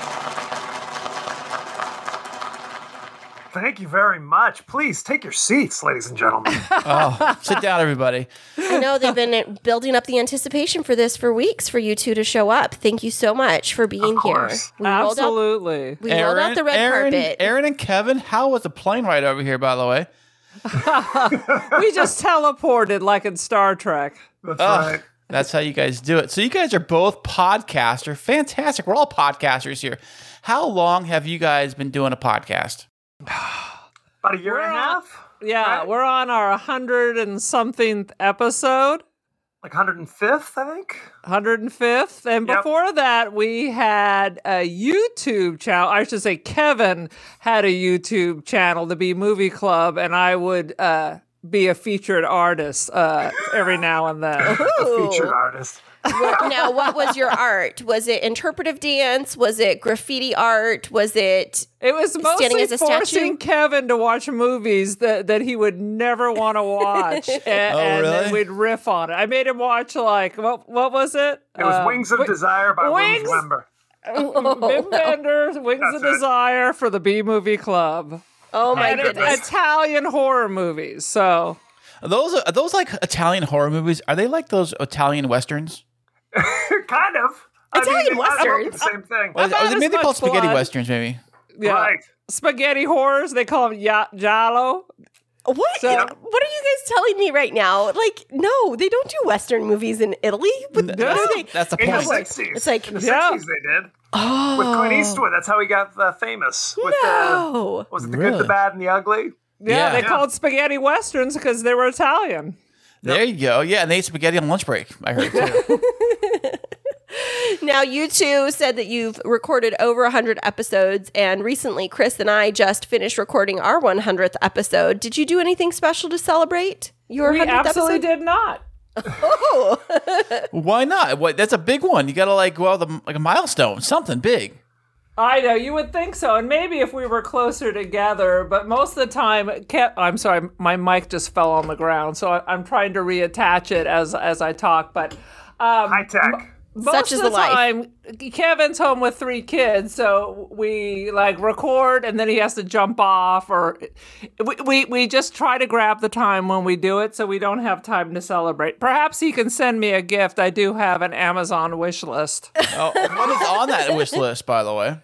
E: Thank you very much. Please take your seats, ladies and gentlemen.
A: Oh, sit down, everybody.
B: I know they've been building up the anticipation for this for weeks for you two to show up. Thank you so much for being here.
E: course.
B: We rolled out-
C: Absolutely.
B: We rolled out the red
A: Aaron,
B: carpet.
A: Aaron and Kevin, how was the plane ride over here, by the way?
C: we just teleported like in Star Trek.
E: That's right.
A: That's how you guys do it. So you guys are both podcaster. Fantastic. We're all podcasters here. How long have you guys been doing a podcast?
E: About a year and a
C: We're on-
E: half?
C: Yeah,
E: Right.
C: we're on our 100 and something episode,
E: Like 105th, I think.
C: 105th. And
E: Yep.
C: before that, we had a YouTube channel. I should say, Kevin had a YouTube channel, the B Movie Club, and I would uh, be a featured artist uh, every now and then.
B: Ooh.
E: Featured artist.
B: What- now, what was your art? Was it interpretive dance? Was it graffiti art? Was it
C: It was mostly
B: Standing as a statue?
C: forcing Kevin to watch movies that, that he would never want to watch, and, and
A: really?
C: then we'd riff on it. I made him watch like what what was it?
E: It was
C: Um,
E: Wings of Desire by Wings
C: Wings?
E: Wember.
C: Wim Wenders, Wings of
E: That's it.
C: Desire for the B Movie Club,
B: Oh my
E: And it-
B: goodness.
C: Italian horror movies. So
A: Are those are those like Italian horror movies? Are they like those Italian westerns?
E: kind of.
B: Italian
E: I mean,
B: Western.
E: it's the same thing.
A: Or, is-
C: Not
A: or they-
C: as
A: maybe they call
C: much
A: spaghetti
C: blood.
A: westerns, maybe.
C: yeah,
E: Right.
C: spaghetti horrors. They call them ya- giallo.
B: what?
C: So-
B: what are you guys telling me right now? Like, no, they don't do Western movies in Italy. But what are they?
A: That's the
E: In the
A: point.
E: 60s.
B: It's like-
E: in the
C: Yeah.
E: 60s they did.
B: Oh,
E: With Clint Eastwood. That's how he got uh, famous. With the,
B: no.
E: was it The Good,
A: Really?
E: the Bad, and the Ugly?
C: Yeah,
A: Yeah.
C: they
A: Yeah.
C: called spaghetti westerns because they were Italian.
A: There you go. Yeah, and they ate spaghetti on lunch break. I heard too.
B: Now, you two said that you've recorded over 100 episodes, and recently Chris and I just finished recording our 100th episode. Did you do anything special to celebrate your
C: We
B: 100th
C: absolutely
B: episode?
C: did not.
A: Why not? What? That's a big one. You got to like, well, the, like a milestone, something big.
C: I know you would think so, and maybe if we were closer together, but most of the time, Ke- I'm sorry, my mic just fell on the ground, so I- I'm trying to reattach it as as I talk. But um,
E: High tech.
C: most
B: Such
C: of
B: is
C: the,
B: the life.
C: time, Kevin's home with three kids, so we like record, and then he has to jump off, or we we, we just try to grab the time when we do it, so we don't have time to celebrate. Perhaps he can send me a gift. I do have an Amazon wish list.
A: Oh, what is on that wish list, by the way?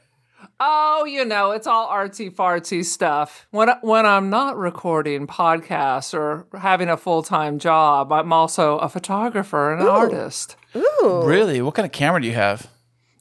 C: Oh, you know, it's all artsy fartsy stuff. When I- when I'm not recording podcasts or having a full time job, I'm also a photographer and an artist.
B: Ooh.
A: Really? What kind of camera do you have?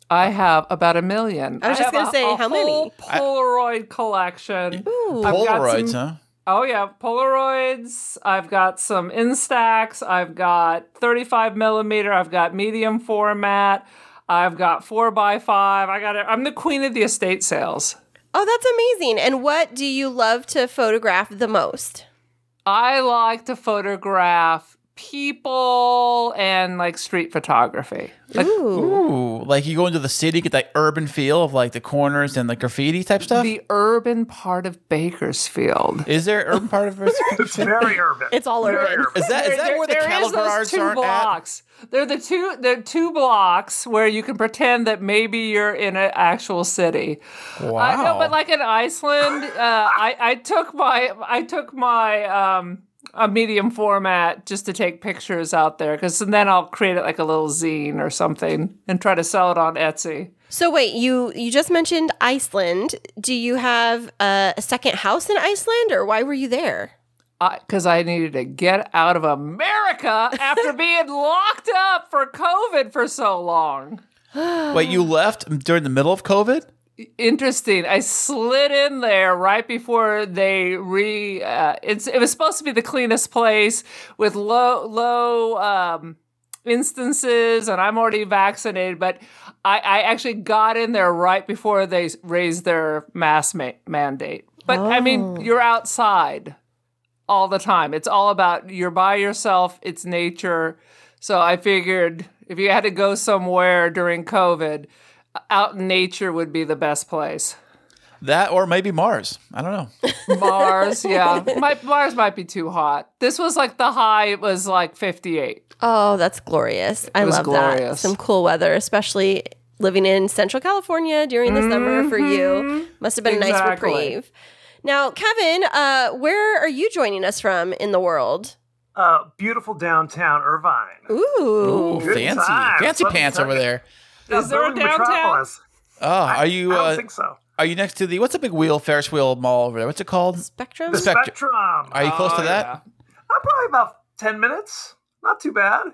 C: I have about a million.
B: I was just
C: have
B: gonna
C: a-
B: say,
C: a
B: how many?
C: whole Polaroid collection. I've got
A: Polaroids,
C: some-
A: huh?
C: Oh yeah, Polaroids. I've got some Instax. I've got 35 millimeter. I've got medium format. I've got four by five. I got it. I'm the queen of the estate sales.
B: Oh, that's amazing. And what do you love to photograph the most?
C: I like to photograph people and like street photography. Like
B: Ooh.
A: Ooh, like you go into the city, get that urban feel of like the corners and like graffiti type stuff.
C: the urban part of Bakersfield.
A: is there urban part of
E: It's very urban.
B: It's all urban.
E: Very urban.
A: Is that is that where the
C: there
A: cattle
C: is those
A: guards
C: two
A: aren't at?
C: blocks. They're the two they're two blocks where you can pretend that maybe you're in an actual city.
A: Wow.
C: I know, but like in Iceland, uh, I, I took my I took my um, a medium format just to take pictures out there because then I'll create it like a little zine or something and try to sell it on Etsy.
B: So wait, you you just mentioned Iceland. Do you have uh, a second house in Iceland, or why were you there?
C: Because I, needed to get out of America after being locked up for COVID for so long.
A: Wait,
C: um,
A: you left during the middle of COVID?
C: Interesting. I slid in there right before they re. Uh, it's it was supposed to be the cleanest place with low low um, instances, and I'm already vaccinated. But I, I actually got in there right before they s- raised their mask ma- mandate. But I mean, you're outside all the time. It's all about you're by yourself. It's nature. So I figured if you had to go somewhere during COVID, out in nature would be the best place.
A: That or maybe Mars. I don't know.
C: Mars, yeah. My, Mars might be too hot. This was like the high it was like 58.
B: Oh, that's glorious! I
C: was
B: love that.
C: glorious.
B: Some cool weather, especially living in Central California during the summer for you. Must have been a nice
C: Mm-hmm. Exactly.
B: reprieve. Now, Kevin, uh, where are you joining us from in the world?
E: Uh, beautiful downtown Irvine.
B: Ooh,
A: Ooh,
E: Good
A: fancy.
E: times.
A: Fancy
E: Let me
A: pants
E: tell
A: over
E: you.
A: there.
C: Is there a
E: Booming
C: downtown?
E: metropolis.
A: Oh, are you
E: I don't
A: uh,
E: think so.
A: are you next to the what's the big wheel Ferris wheel mall over there? What's it called?
B: Spectrum.
E: The
A: Spectrum.
E: Spectrum.
A: Are you
C: Oh,
A: close to that?
E: I'm probably about 10 minutes. Not too bad.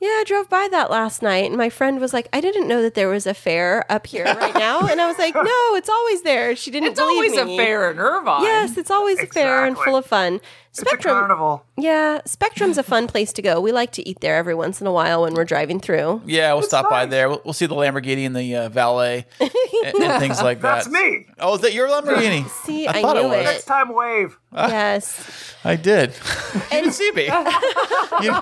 B: Yeah, I drove by that last night, and my friend was like, "I didn't know that there was a fair up here right now," and I was like, "No, it's always there." She didn't.
C: It's
B: believe
C: always
B: me.
C: a fair in Irvine.
B: Yes, it's always fair and
E: Exactly.
B: full of fun.
E: It's a
B: Spectrum,
E: carnival.
B: yeah, Spectrum's a fun place to go. We like to eat there every once in a while when we're driving through.
A: Yeah, we'll stop by
E: nice.
A: there. We'll, we'll see the Lamborghini and the uh, valet and, and things like that.
E: That's me.
A: Oh, is that your Lamborghini?
B: See, I
A: thought it
B: knew
A: was.
B: it.
E: Next time, wave.
B: Yes.
A: I did. you didn't see me. You-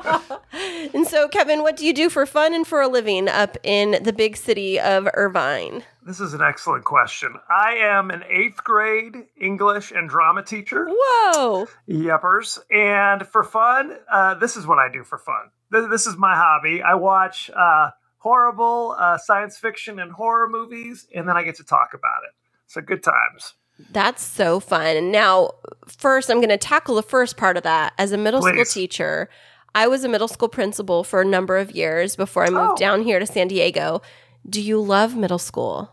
B: And so, Kevin, what do you do for fun and for a living up in the big city of Irvine?
E: This is an excellent question. I am an eighth grade English and drama teacher.
B: Whoa!
E: Yepers. And for fun, uh, this is what I do for fun. Th- This is my hobby. I watch uh, horrible uh, science fiction and horror movies, and then I get to talk about it. So good times.
B: That's so fun. And now, first, I'm going to tackle the first part of that. As a middle school
E: Please.
B: teacher, I was a middle school principal for a number of years before I moved
E: Oh.
B: down here to San Diego. Do you love middle school?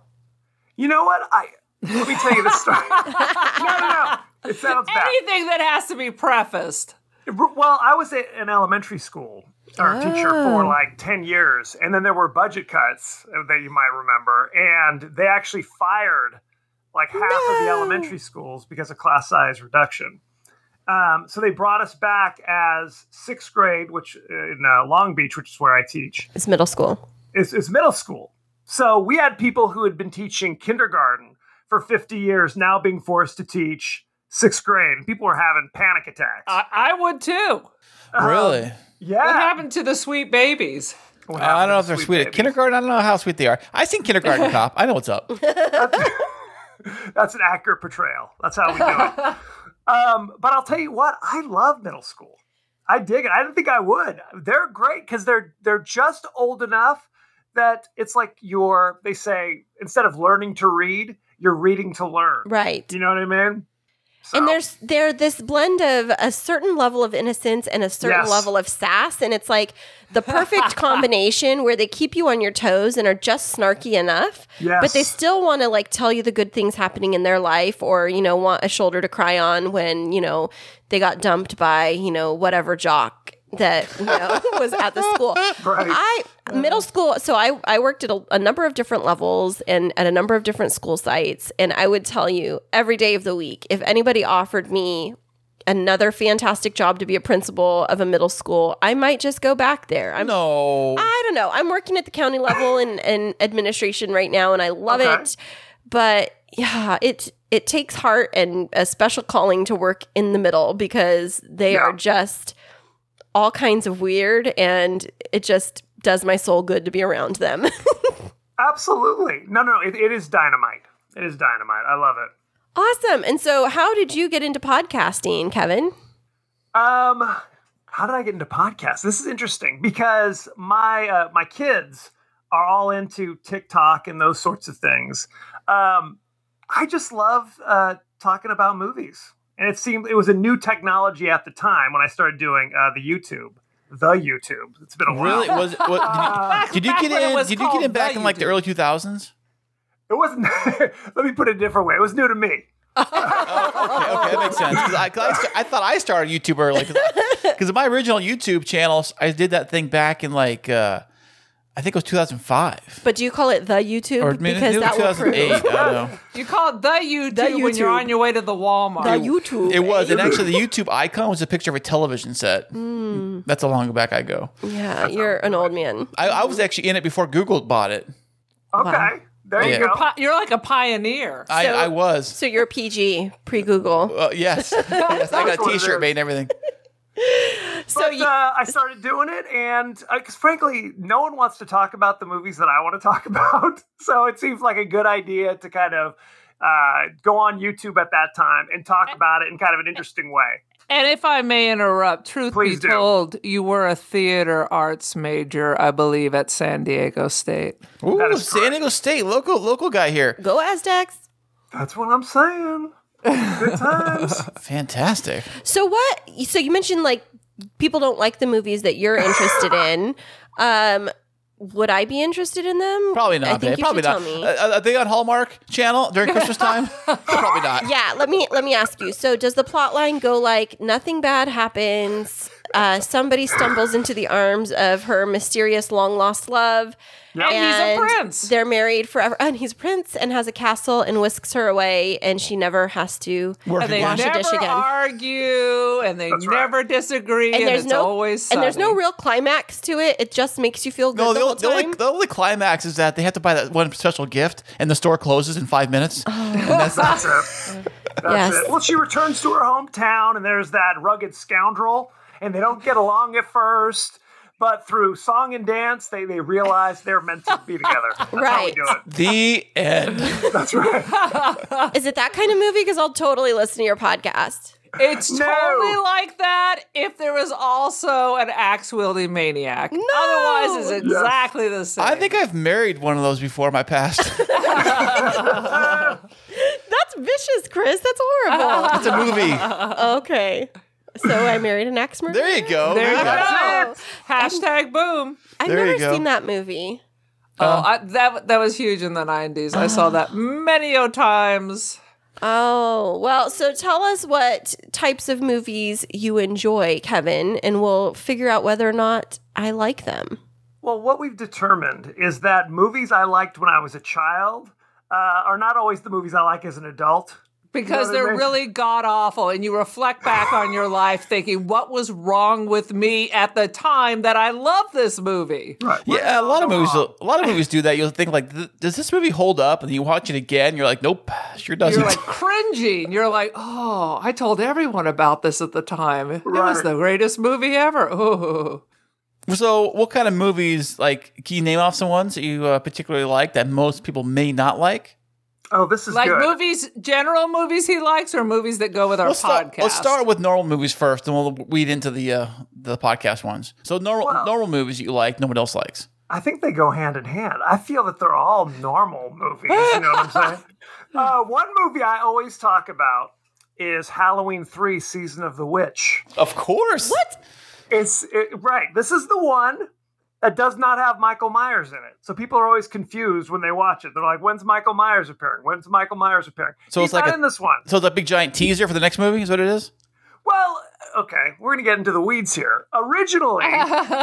E: You know what? I let me tell you this story. no, no, no. It sounds bad.
C: Anything that has to be prefaced.
E: Well, I was at an elementary school or teacher for like 10 years, and then there were budget cuts uh, that you might remember, and they actually fired like half of the elementary schools because of class size reduction. Um, so they brought us back as sixth grade, which uh, in uh, Long Beach, which is where I teach,
B: It's middle school.
E: is, is middle school. So we had people who had been teaching kindergarten for 50 years now being forced to teach sixth grade. and People were having panic attacks.
C: I, I would too.
A: really?
E: yeah.
C: What happened to the sweet babies?
A: Um, I don't know if they're sweet. At
E: babies.
A: kindergarten, I don't know how sweet they are. I seen Kindergarten Cop. I know what's up.
E: That's an accurate portrayal. That's how we do it. um, but I'll tell you what, I love middle school. I dig it. I didn't think I would. They're great because they're they're just old enough that it's like you're. They say instead of learning to read, you're reading to learn.
B: Right.
E: You know what I mean? So,
B: And there's they're this blend of a certain level of innocence and a certain
E: Yes.
B: level of sass, and it's like the perfect combination where they keep you on your toes and are just snarky enough, but they
E: Yes.
B: still want to like tell you the good things happening in their life, or you know want a shoulder to cry on when you know they got dumped by you know whatever jock that you know was at the school.
E: Right.
B: I middle school, so I I worked at a, a number of different levels and at a number of different school sites, and I would tell you every day of the week if anybody offered me another fantastic job to be a principal of a middle school, I might just go back there. I'm
A: No.
B: I don't know. I'm working at the county level in, in administration right now, and I love
E: Okay.
B: it. But yeah, it it takes heart and a special calling to work in the middle because they
E: Yeah.
B: are just all kinds of weird, and it just does my soul good to be around them.
E: absolutely no, no, it, it is dynamite. It is dynamite. I love it.
B: awesome. And so, how did you get into podcasting, Kevin?
E: Um, how did I get into podcasts? This is interesting because my uh, my kids are all into TikTok and those sorts of things. Um, I just love uh, talking about movies, and it seemed it was a new technology at the time when I started doing uh, the YouTube, the YouTube. It's been a while.
A: Really? Was, was did, you,
C: Back
A: did you
C: when it
A: get in?
C: was
A: Did you get in
C: called
A: back
C: the
A: in like the
C: YouTube.
A: early 2000s?
E: It wasn't. let me put it a different way. It was new to me.
A: Okay, okay, that makes sense. 'Cause I, 'cause I st- I thought I started YouTube early because my original YouTube channel, I did that thing back in like uh, I think it was 2005
B: But do you call it the YouTube
A: or maybe
B: because that will
A: 2008.
B: prove
A: I don't know.
C: You call it the YouTube, when you're
B: YouTube.
C: on your way to the Walmart.
B: the YouTube.
A: It was,
B: eh?
A: and actually, the YouTube icon was a picture of a television set.
B: Hmm.
A: That's how long back I go.
B: yeah, you're an old man.
A: I, I was actually in it before Google bought it.
E: Okay, there
A: Yeah.
E: you go.
C: Pi- You're like a pioneer.
A: I,
B: So-
A: I was.
B: So you're PG pre Google.
A: Uh, yes, yes, I got
E: That's
A: a
E: what it
A: T-shirt
E: is.
A: made and everything.
B: So
E: But,
B: you,
E: uh, I started doing it, and because frankly, no one wants to talk about the movies that I want to talk about, so it seems like a good idea to kind of uh, go on YouTube at that time and talk about it in kind of an interesting way.
C: And if I may interrupt, truth
E: Please
C: be
E: do.
C: told, you were a theater arts major, I believe, at San Diego State.
A: Ooh,
E: is
A: San Diego State, local local guy here.
B: go Aztecs.
E: That's what I'm saying. Good times.
A: Fantastic.
B: So what? So you mentioned like people don't like the movies that you're interested in. Um, would I be interested in them?
A: Probably not.
B: I think
A: babe.
B: you
A: Probably
B: should
A: not.
B: Tell me.
A: Uh, are they on Hallmark Channel during Christmas time? Probably not.
B: yeah, let me let me ask you. So does the plot line go like nothing bad happens? Uh, somebody stumbles into the arms of her mysterious long lost love.
E: Yep.
C: And he's a prince.
B: They're married forever, and he's a prince and has a castle and whisks her away, and she never has to
C: And they
B: wash a
C: never
B: dish again.
C: argue, and they
E: That's right.
C: never disagree, and, it's always sunny.
B: and there's no real climax to it. It just makes you feel good
A: No, the,
B: the whole
A: only- the
B: time.
A: only, the only climax is that they have to buy that one special gift, and the store closes in five minutes.
B: Oh,
A: And that's-
E: That's it. That's
B: Yes.
E: it. Well, she returns to her hometown, and there's that rugged scoundrel, and they don't get along at first. But through song and dance, they, they realize they're meant to be together. That's how we
B: Right.
E: do it.
A: the end.
E: That's right.
B: Is it that kind of movie? Because I'll totally listen to your podcast.
C: It's
E: No.
C: totally like that if there was also an axe wielding maniac. Otherwise, it's exactly the same.
A: I think I've married one of those before in my past.
B: That's vicious, Chris. That's horrible.
A: It's a movie.
B: okay. So I married an axe murderer.
A: There you go.
C: there
A: you
C: you
A: go.
C: go. Hashtag boom.
B: I've
A: There you
B: never
A: go.
B: seen that movie.
C: Oh, I, that that was huge in the '90s. I saw that many o times.
B: Oh, well, so tell us what types of movies you enjoy, Kevin, and we'll figure out whether or not I like them.
E: Well, what we've determined is that movies I liked when I was a child uh, are not always the movies I like as an adult.
C: Because
E: You know what I
C: they're
E: mean?
C: really god awful, and you reflect back on your life thinking, what was wrong with me at the time that I love this movie?
A: Yeah, a lot of movies. A lot of movies do that. You'll think like, "Th- does this movie hold up? And you watch it again, you're like, nope, sure doesn't.
C: You're like cringing. You're like, oh, I told everyone about this at the time. It was
E: Right.
C: the greatest movie ever. Ooh.
A: so, what kind of movies? Like, can you name off some ones that you uh, particularly like that most people may not like?
E: Oh, this is
C: Like
E: good.
C: movies, general movies he likes, or movies that go with our
A: Let's
C: podcast.
A: start, let's start with normal movies first, and we'll weed into the uh, the podcast ones. So normal
E: Well-
A: normal movies you like, no one else likes.
E: I think they go hand in hand. I feel that they're all normal movies. You know what I'm saying? uh, one movie I always talk about is Halloween 3 Season of the Witch.
A: Of course. What?
E: It's it, right. This is the one that does not have Michael Myers in it. So people are always confused when they watch it. They're like, "When's Michael Myers appearing? When's Michael Myers appearing?"
A: So
E: He's
A: it's like
E: not
A: a-
E: in this one.
A: So the big giant teaser for the next movie is what it is?
E: Well, okay, we're going to get into the weeds here. Originally,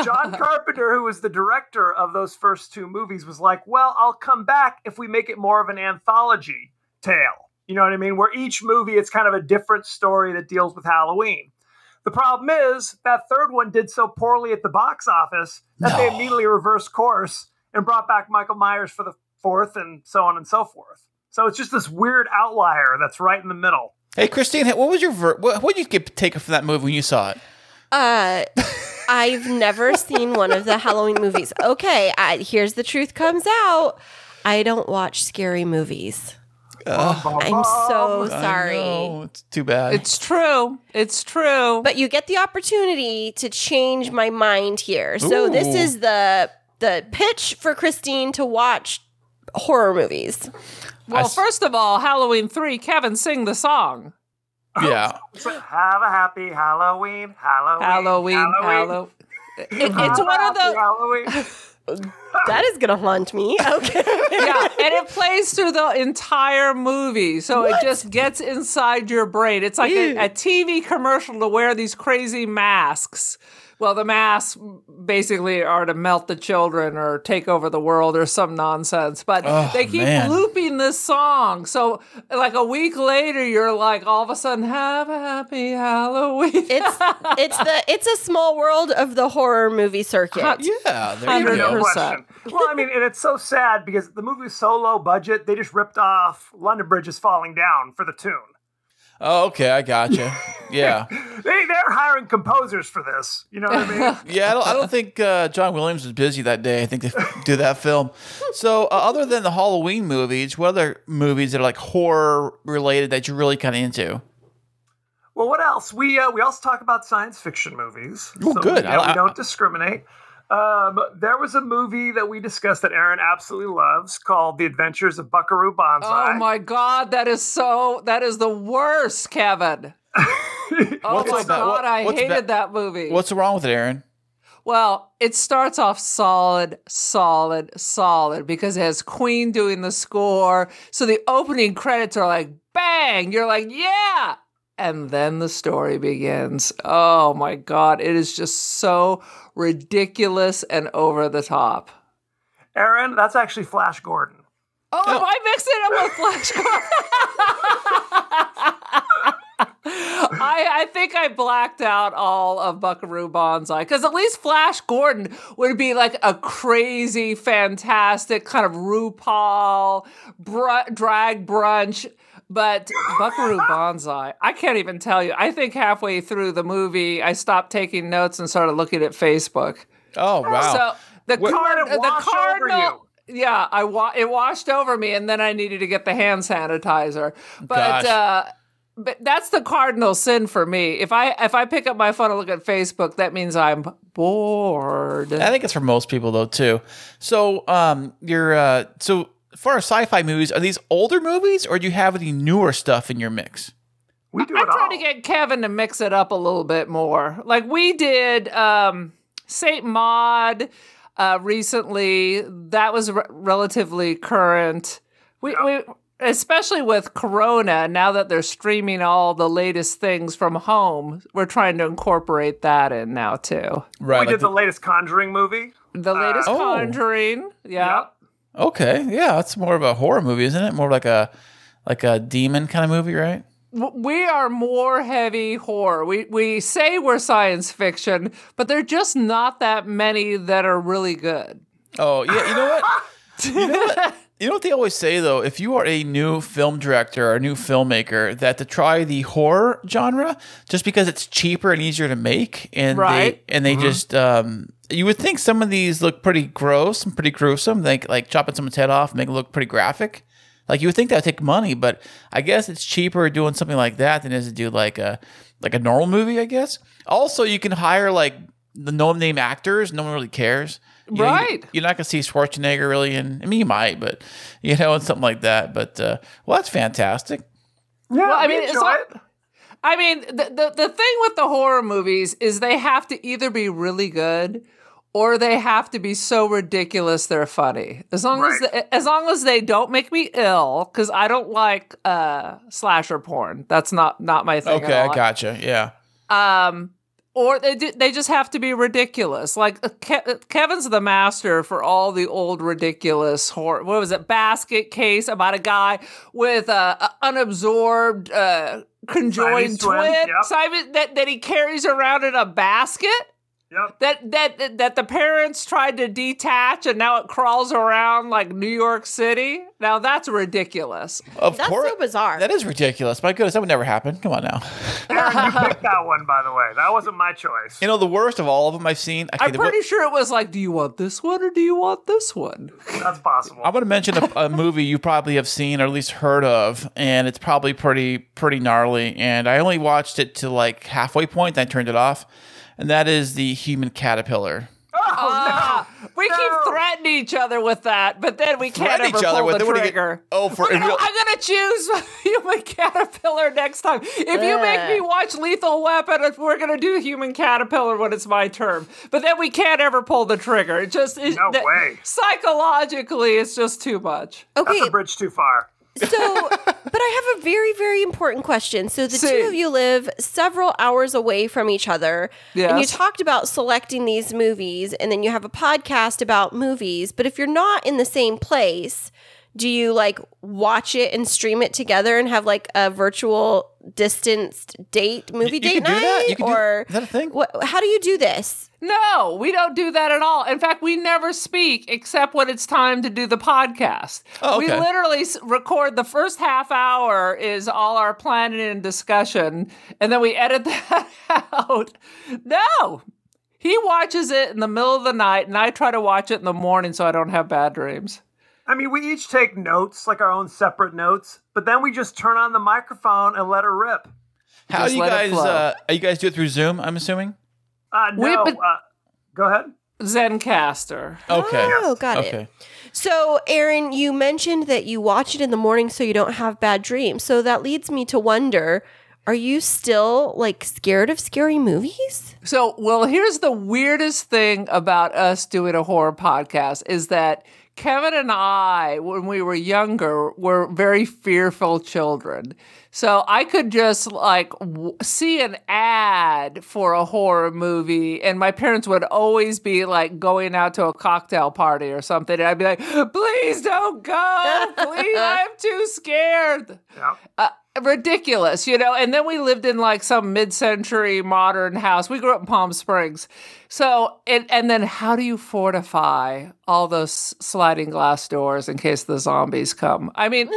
E: John Carpenter, who was the director of those first two movies, was like, well, I'll come back if we make it more of an anthology tale. You know what I mean? Where each movie, it's kind of a different story that deals with Halloween. The problem is that third one did so poorly at the box office that they
A: No.
E: immediately reversed course and brought back Michael Myers for the fourth and so on and so forth. So it's just this weird outlier that's right in the middle.
A: Hey, Christine, what was your ver- what, what did you get taken from that movie when you saw it?
B: Uh, I've never seen one of the Halloween movies. Okay, I, here's the truth comes out. I don't watch scary movies. I'm so sorry.
A: Oh, it's too bad.
C: It's true. It's true.
B: But you get the opportunity to change my mind here. So this
A: Ooh.
B: is the the pitch for Christine to watch horror movies.
C: well,
A: s-
C: first of all, Halloween 3, Kevin, sing the song.
A: yeah.
E: Have a happy Halloween, Halloween,
C: Halloween, Halloween. It-
E: Have
C: it's
E: a
C: one of
E: happy
C: the
E: Halloween.
B: That is gonna haunt me. Okay.
C: yeah, and it plays through the entire movie, so it just gets inside your brain. It's like a, a TV commercial to wear these crazy masks. Well, the masks basically are to melt the children or take over the world or some nonsense, but
A: Oh,
C: they keep
A: man.
C: looping this song. So, like a week later, you're like, all of a sudden, have a happy Halloween.
B: It's it's the it's a small world of the horror movie circuit.
A: Yeah, there you
C: Hundred
E: No
A: go.
C: percent.
E: question. Well, I mean, and it's so sad because the movie was so low budget, they just ripped off London Bridge is Falling Down for the tune.
A: Oh, okay, I gotcha. Yeah,
E: They, they're hiring composers for this. You know what I mean?
A: yeah. I don't, I don't think uh, John Williams was busy that day. I think they do that film. So, uh, other than the Halloween movies, what other movies that are like horror related that you're really kind of into?
E: Well, what else? We uh, we also talk about science fiction movies.
A: Ooh, good.
E: We, yeah,
A: I-
E: we
A: I-
E: don't discriminate. Um, there was a movie that we discussed that Aaron absolutely loves called The Adventures of Buckaroo Banzai.
C: Oh my God, that is so, that is the worst, Kevin. oh
A: What's
C: my
A: the-
C: God,
A: what-
C: I
A: what's the-
C: hated that movie.
A: What's wrong with it, Aaron?
C: Well, it starts off solid, solid, solid because it has Queen doing the score. So the opening credits are like bang. You're like, yeah. And then the story begins. Oh my God. It is just so ridiculous and over the top.
E: Aaron, that's actually Flash Gordon.
C: Oh, am I mixing it up with Flash Gordon? I, I think I blacked out all of Buckaroo Banzai because at least Flash Gordon would be like a crazy, fantastic kind of RuPaul br- drag brunch. But Buckaroo Banzai, I can't even tell you. I think halfway through the movie, I stopped taking notes and started looking at Facebook.
A: Oh wow.
C: So the
A: What-
C: card,
E: Let it
C: the
E: wash over
C: cardinal.
E: you.
C: Yeah, I wa- it washed over me, and then I needed to get the hand sanitizer. But
A: Gosh.
C: uh, but that's the cardinal sin for me. If I if I pick up my phone and look at Facebook, that means I'm bored.
A: I think it's for most people though too. So, um, you're uh, so as far as sci-fi movies, are these older movies or do you have any newer stuff in your mix?
E: We do
C: I
E: it all.
C: tried to get Kevin to mix it up a little bit more. Like we did um Saint Maud uh recently. That was re- relatively current. We we especially with corona now that they're streaming all the latest things from home we're trying to incorporate that in now too
A: Right.
E: we
A: like
E: did the,
A: the-
E: latest Conjuring movie.
C: the latest
A: Oh.
C: conjuring yeah
A: okay, yeah, that's more of a horror movie, isn't it? More like a like a demon kind of movie, right?
C: W- we are more heavy horror. We we say we're science fiction, but there are just not that many that are really good.
A: Oh yeah, you know what? You know what? You know what they always say though, if you are a new film director or a new filmmaker, that to try the horror genre just because it's cheaper and easier to make, and
C: Right.
A: they and they just um, you would think some of these look pretty gross and pretty gruesome, like like chopping someone's head off, make it look pretty graphic. Like you would think that would take money, but I guess it's cheaper doing something like that than it is to do like a like a normal movie. I guess. Also, you can hire like the no name actors. No one really cares. You know, you-
C: Right.
A: you're not gonna see Schwarzenegger really in. I mean, you might, but you know, and something like that. But uh, well, that's fantastic.
E: Yeah,
C: Well, I
E: we
C: mean, it's
E: enjoy
C: all,
E: it.
C: I mean, the, the the thing with the horror movies is they have to either be really good or they have to be so ridiculous they're funny. As long as
E: Right.
C: they, as long as they don't make me ill cuz I don't like uh slasher porn. That's not not my thing. at
A: Okay,
C: all.
A: I gotcha. Yeah.
C: Um, or they do, they just have to be ridiculous. Like uh, Ke- Kevin's the master for all the old ridiculous horror. What was it? Basket case about a guy with a, a unabsorbed uh, conjoined
E: Siamese twin,
C: twin,
E: yep.
C: Simon that that he carries around in a basket
E: Yep.
C: that that that the parents tried to detach and now it crawls around like New York City. Now that's ridiculous.
A: Of
B: That's
A: course.
B: so bizarre.
A: That is ridiculous. My goodness, that would never happen. Come on now.
E: Aaron, you picked that one, by the way. That wasn't my choice.
A: You know, the worst of all of them I've seen. I
C: I'm
A: can't-
C: pretty sure it was like, do you want this one or do you want this one?
E: That's possible.
A: I'm going to mention a, a movie you probably have seen or at least heard of, and it's probably pretty pretty gnarly. And I only watched it to like halfway point, then I turned it off. And that is the Human Caterpillar.
C: Ah, we
E: No.
C: keep threatening each other with that, but then we can't
A: Threaten
C: ever
A: each other
C: pull
A: with it.
C: the
A: What do you get-
C: trigger.
A: Oh, for
C: I'm
A: in
C: gonna,
A: real-
C: I'm gonna choose human caterpillar next time. If you make me
B: Ugh.
C: watch Lethal Weapon, if we're gonna do human caterpillar when it's my term, but then we can't ever pull the trigger. It just is
E: No way.
C: Psychologically, it's just too much.
B: Okay,
E: That's a bridge too far.
B: so, but I have a very, very important question. So, the
C: Same.
B: two of you live several hours away from each other. And you
C: Yes.
B: talked about selecting these movies, and then you have a podcast about movies. But if you're not in the same place, do you like watch it and stream it together and have like a virtual distanced date movie
A: you
B: date
A: can do
B: night?
A: that? You can do-
B: or
A: is that a thing?
B: What, how do you do this?
C: No, we don't do that at all. In fact, we never speak except when it's time to do the podcast.
A: Oh,
C: We
A: okay.
C: literally s- record the first half hour is all our planning and discussion, and then we edit that out. No, he watches it in the middle of the night, and I try to watch it in the morning so I don't have bad dreams.
E: I mean, we each take notes, like our own separate notes, but then we just turn on the microphone and let her rip.
A: How
C: Just
A: do you
C: let it
A: guys?
C: flow.
A: Uh, you guys do it through Zoom? I'm assuming.
E: Uh,
C: We've
E: no,
C: been-
E: uh, go ahead.
C: Zencaster.
A: Okay.
B: Oh, got it.
A: Okay.
B: So, Aaron, you mentioned that you watch it in the morning so you don't have bad dreams. So that leads me to wonder are you still like scared of scary movies?
C: So, well, here's the weirdest thing about us doing a horror podcast is that Kevin and I, when we were younger, were very fearful children. So I could just like w- see an ad for a horror movie, and my parents would always be like going out to a cocktail party or something. And I'd be like, please don't go. Please, I'm too scared
E: Yeah.
C: uh, ridiculous, you know. And then we lived in like some mid-century modern house. We grew up in Palm Springs, so and and then how do you fortify all those sliding glass doors in case the zombies come? I mean,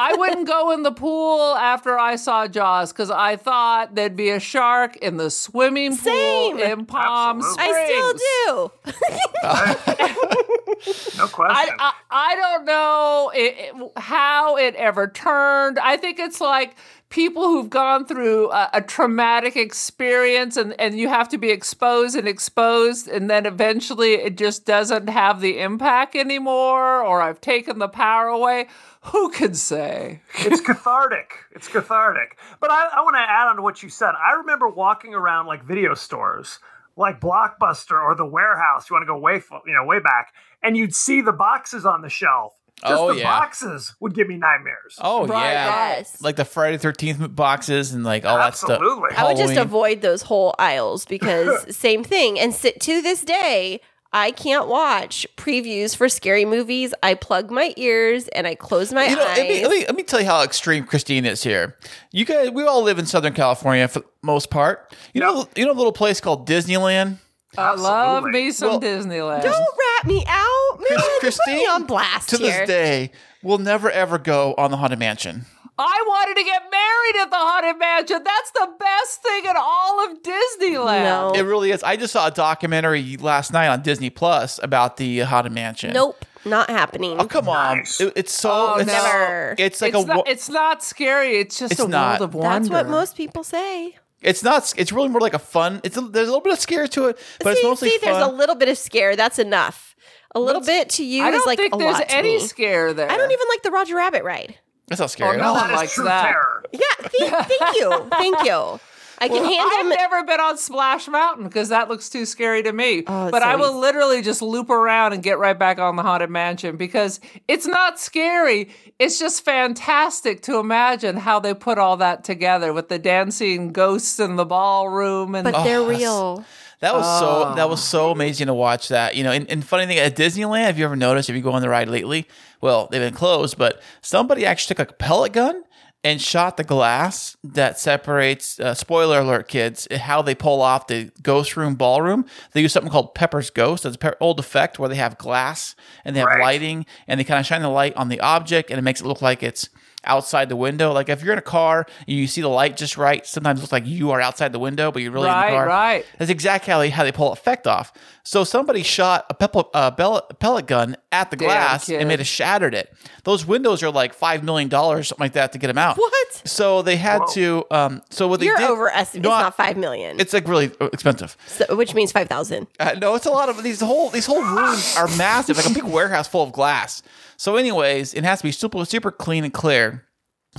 C: I wouldn't go in the pool after I saw Jaws because I thought there'd be a shark in the swimming pool
B: Same.
C: in Palm
E: Absolutely.
B: I
C: Springs.
B: still do.
E: No question.
C: I, I, I don't know it, it- how it ever turned. I think it's like people who've gone through a, a traumatic experience and, and you have to be exposed and exposed, and then eventually it just doesn't have the impact anymore, or I've taken the power away. Who can say?
E: it's cathartic. It's cathartic. But I, I want to add on to what you said. I remember walking around like video stores, like Blockbuster or the warehouse. You want to go way, fo- you know, way back, and you'd see the boxes on the shelf. Just
A: Oh,
E: the
A: yeah.
E: boxes would give me nightmares.
A: Oh
C: Right,
A: yeah.
B: yes.
A: Like the Friday Thirteenth boxes and like all that
E: Absolutely.
A: stuff.
B: I would just
A: Halloween.
B: avoid those whole aisles because same thing. And sit to this day, I can't watch previews for scary movies. I plug my ears and I close my
A: You know,
B: eyes.
A: let me, let, me, let me tell you how extreme Christine is here. You guys, we all live in Southern California for the most part. You know, you know, a little place called Disneyland.
C: I love
E: Absolutely.
C: me some
A: Well,
C: Disneyland.
B: Don't rat me out, man. You're putting
A: Christine,
B: me on blast
A: to
B: here.
A: this day, will never ever go on the haunted mansion.
C: I wanted to get married at the Haunted Mansion. That's the best thing in all of Disneyland.
B: No.
A: It really is. I just saw a documentary last night on Disney Plus about the haunted mansion.
B: Nope, not happening.
A: Oh come on!
E: Nice.
A: It- it's so
C: Oh,
A: it's,
B: never.
A: it's like
C: it's,
A: a
C: not,
A: wo-
C: it's not scary. It's just
A: It's
C: a
A: not.
C: world of wonder.
B: That's what most people say.
A: it's not it's really more like a fun. It's a, there's a little bit of scare to it, but it's
B: see,
A: mostly
B: see,
A: fun.
B: there's a little bit of scare. That's enough. A little bit to you
C: I
B: is
C: don't
B: like
C: think
B: a
C: there's
B: lot to
C: any
B: me.
C: scare there.
B: I don't even like the Roger Rabbit ride.
A: That's not scary.
C: Oh,
A: at
C: no.
A: all.
E: That is
C: like
E: true
C: that.
E: terror.
B: Yeah, th- thank you, thank you. I can
C: I've
B: handle.
C: never been on Splash Mountain because that looks too scary to me.
B: Oh, it's
C: but
B: so e-
C: I will literally just loop around and get right back on the Haunted Mansion because it's not scary. It's just fantastic to imagine how they put all that together with the dancing ghosts in the ballroom and
B: But they're
A: that's-
B: real.
A: That was so that was
C: Oh.
A: so amazing to watch that. You know, and, and funny thing at Disneyland, have you ever noticed if you go on the ride lately? Well, they've been closed, but somebody actually took a pellet gun and shot the glass that separates uh, spoiler alert kids eh, how they pull off the ghost room ballroom they use something called pepper's ghost it's an old effect where they have glass and they have
E: Right.
A: lighting and they kind of shine the light on the object and it makes it look like it's outside the window like if you're in a car and you see the light just right sometimes it looks like you are outside the window but you're really in
C: Right,
A: the car
C: right.
A: that's exactly how they, how they pull effect off. So somebody shot a pepel, uh, bell, pellet gun at the glass
C: kid.
A: and made it shattered it. Those windows are like five million dollars, something like that, to get them out.
B: What?
A: So they had to. Um, so what they
B: You're
A: did?
B: overestimating.
A: No,
B: it's
A: I-
B: not five million.
A: It's like really expensive.
B: So- which means five thousand.
A: Uh, no, it's a lot of these whole these whole rooms are massive, like a big warehouse full of glass. So, anyways, it has to be super super clean and clear.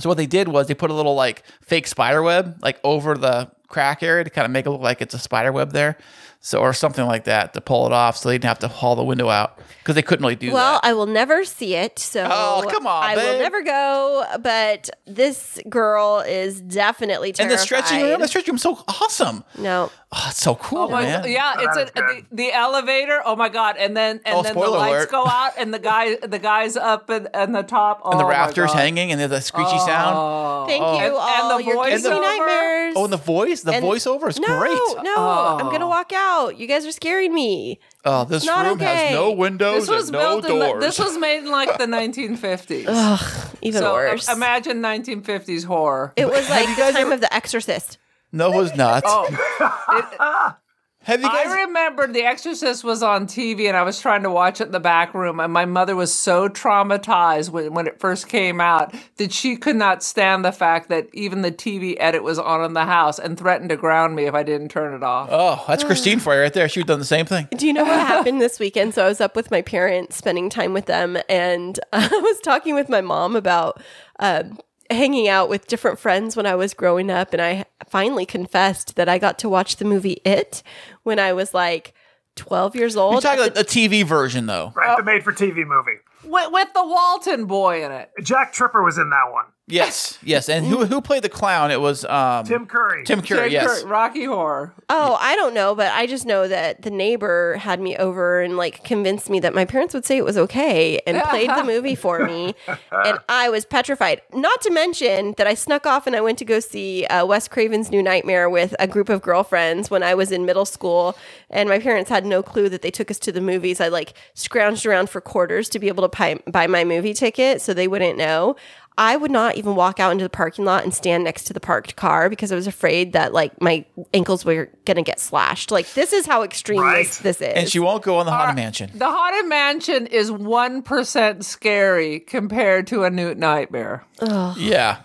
A: So what they did was they put a little like fake spider web like over the crack area to kind of make it look like it's a spider web there, so or something like that to pull it off, so they didn't have to haul the window out because they couldn't really do
B: Well,
A: that.
B: I will never see it, so
A: Oh, come on,
B: I will
A: babe.
B: never go. But this girl is definitely
A: And
B: terrified.
A: the stretching room, the stretching room's so awesome.
B: No,
A: Oh, it's so cool,
C: Oh my
A: man.
C: yeah, it's
E: That is
C: a, the,
E: good.
C: the elevator. Oh my god! And then and
A: Oh,
C: then the
A: spoiler
C: lights
A: alert.
C: go out and the guy the guys up in, in the top oh
A: And the
C: my
A: rafters
C: God. Oh.
A: hanging, and there's a screechy sound.
B: thank you
C: And- and
B: all.
C: the
B: You're giving me
C: voiceover?
B: nightmares.
A: Oh, and the voice, the
B: And-
A: voiceover is
B: no,
A: great.
B: No, I'm gonna walk out. You guys are scaring me.
A: Oh, this
B: not
A: room
B: okay.
A: has no
B: This
A: windows
C: This was
A: and no
C: built in. the-
A: doors.
C: This was made in like the 1950s.
B: Even
C: so
B: worse.
C: im- imagine 1950s horror.
B: um, it was like the time of The Exorcist.
A: No, it was not.
E: Oh.
A: Have you guys?
C: I remember The Exorcist was on TV, and I was trying to watch it in the back room, and my mother was so traumatized when, when it first came out that she could not stand the fact that even the TV edit was on in the house, and threatened to ground me if I didn't turn it off.
A: oh, that's Christine for you right there. She would have done the same thing.
B: Do you know what happened this weekend? So I was up with my parents, spending time with them, and I was talking with my mom about um, hanging out with different friends when I was growing up, and I finally confessed that I got to watch the movie It when I was like twelve years old.
A: We're talking about a TV version though.
E: Right, the made-for-TV movie.
C: With, with the Walton boy in it.
E: Jack Tripper was in that one.
A: Yes, yes. And who who played the clown? It was um,
E: Tim Curry.
A: Tim Curry.
C: Jim
A: yes.
C: Curry- Rocky Horror.
B: Oh, I don't know, but I just know that the neighbor had me over and like convinced me that my parents would say it was okay and played the movie for me. And I was petrified. Not to mention that I snuck off and I went to go see uh, Wes Craven's New Nightmare with a group of girlfriends when I was in middle school. And my parents had no clue that they took us to the movies. I like scrounged around for quarters to be able to buy, buy my movie ticket so they wouldn't know. I would not even walk out into the parking lot and stand next to the parked car because I was afraid that like my ankles were gonna get slashed. Like this is how extreme
E: Right.
B: this, this is.
A: And she won't go on the
C: Uh,
A: haunted mansion.
C: The Haunted Mansion is 1% scary compared to a Newt Nightmare.
A: Yeah,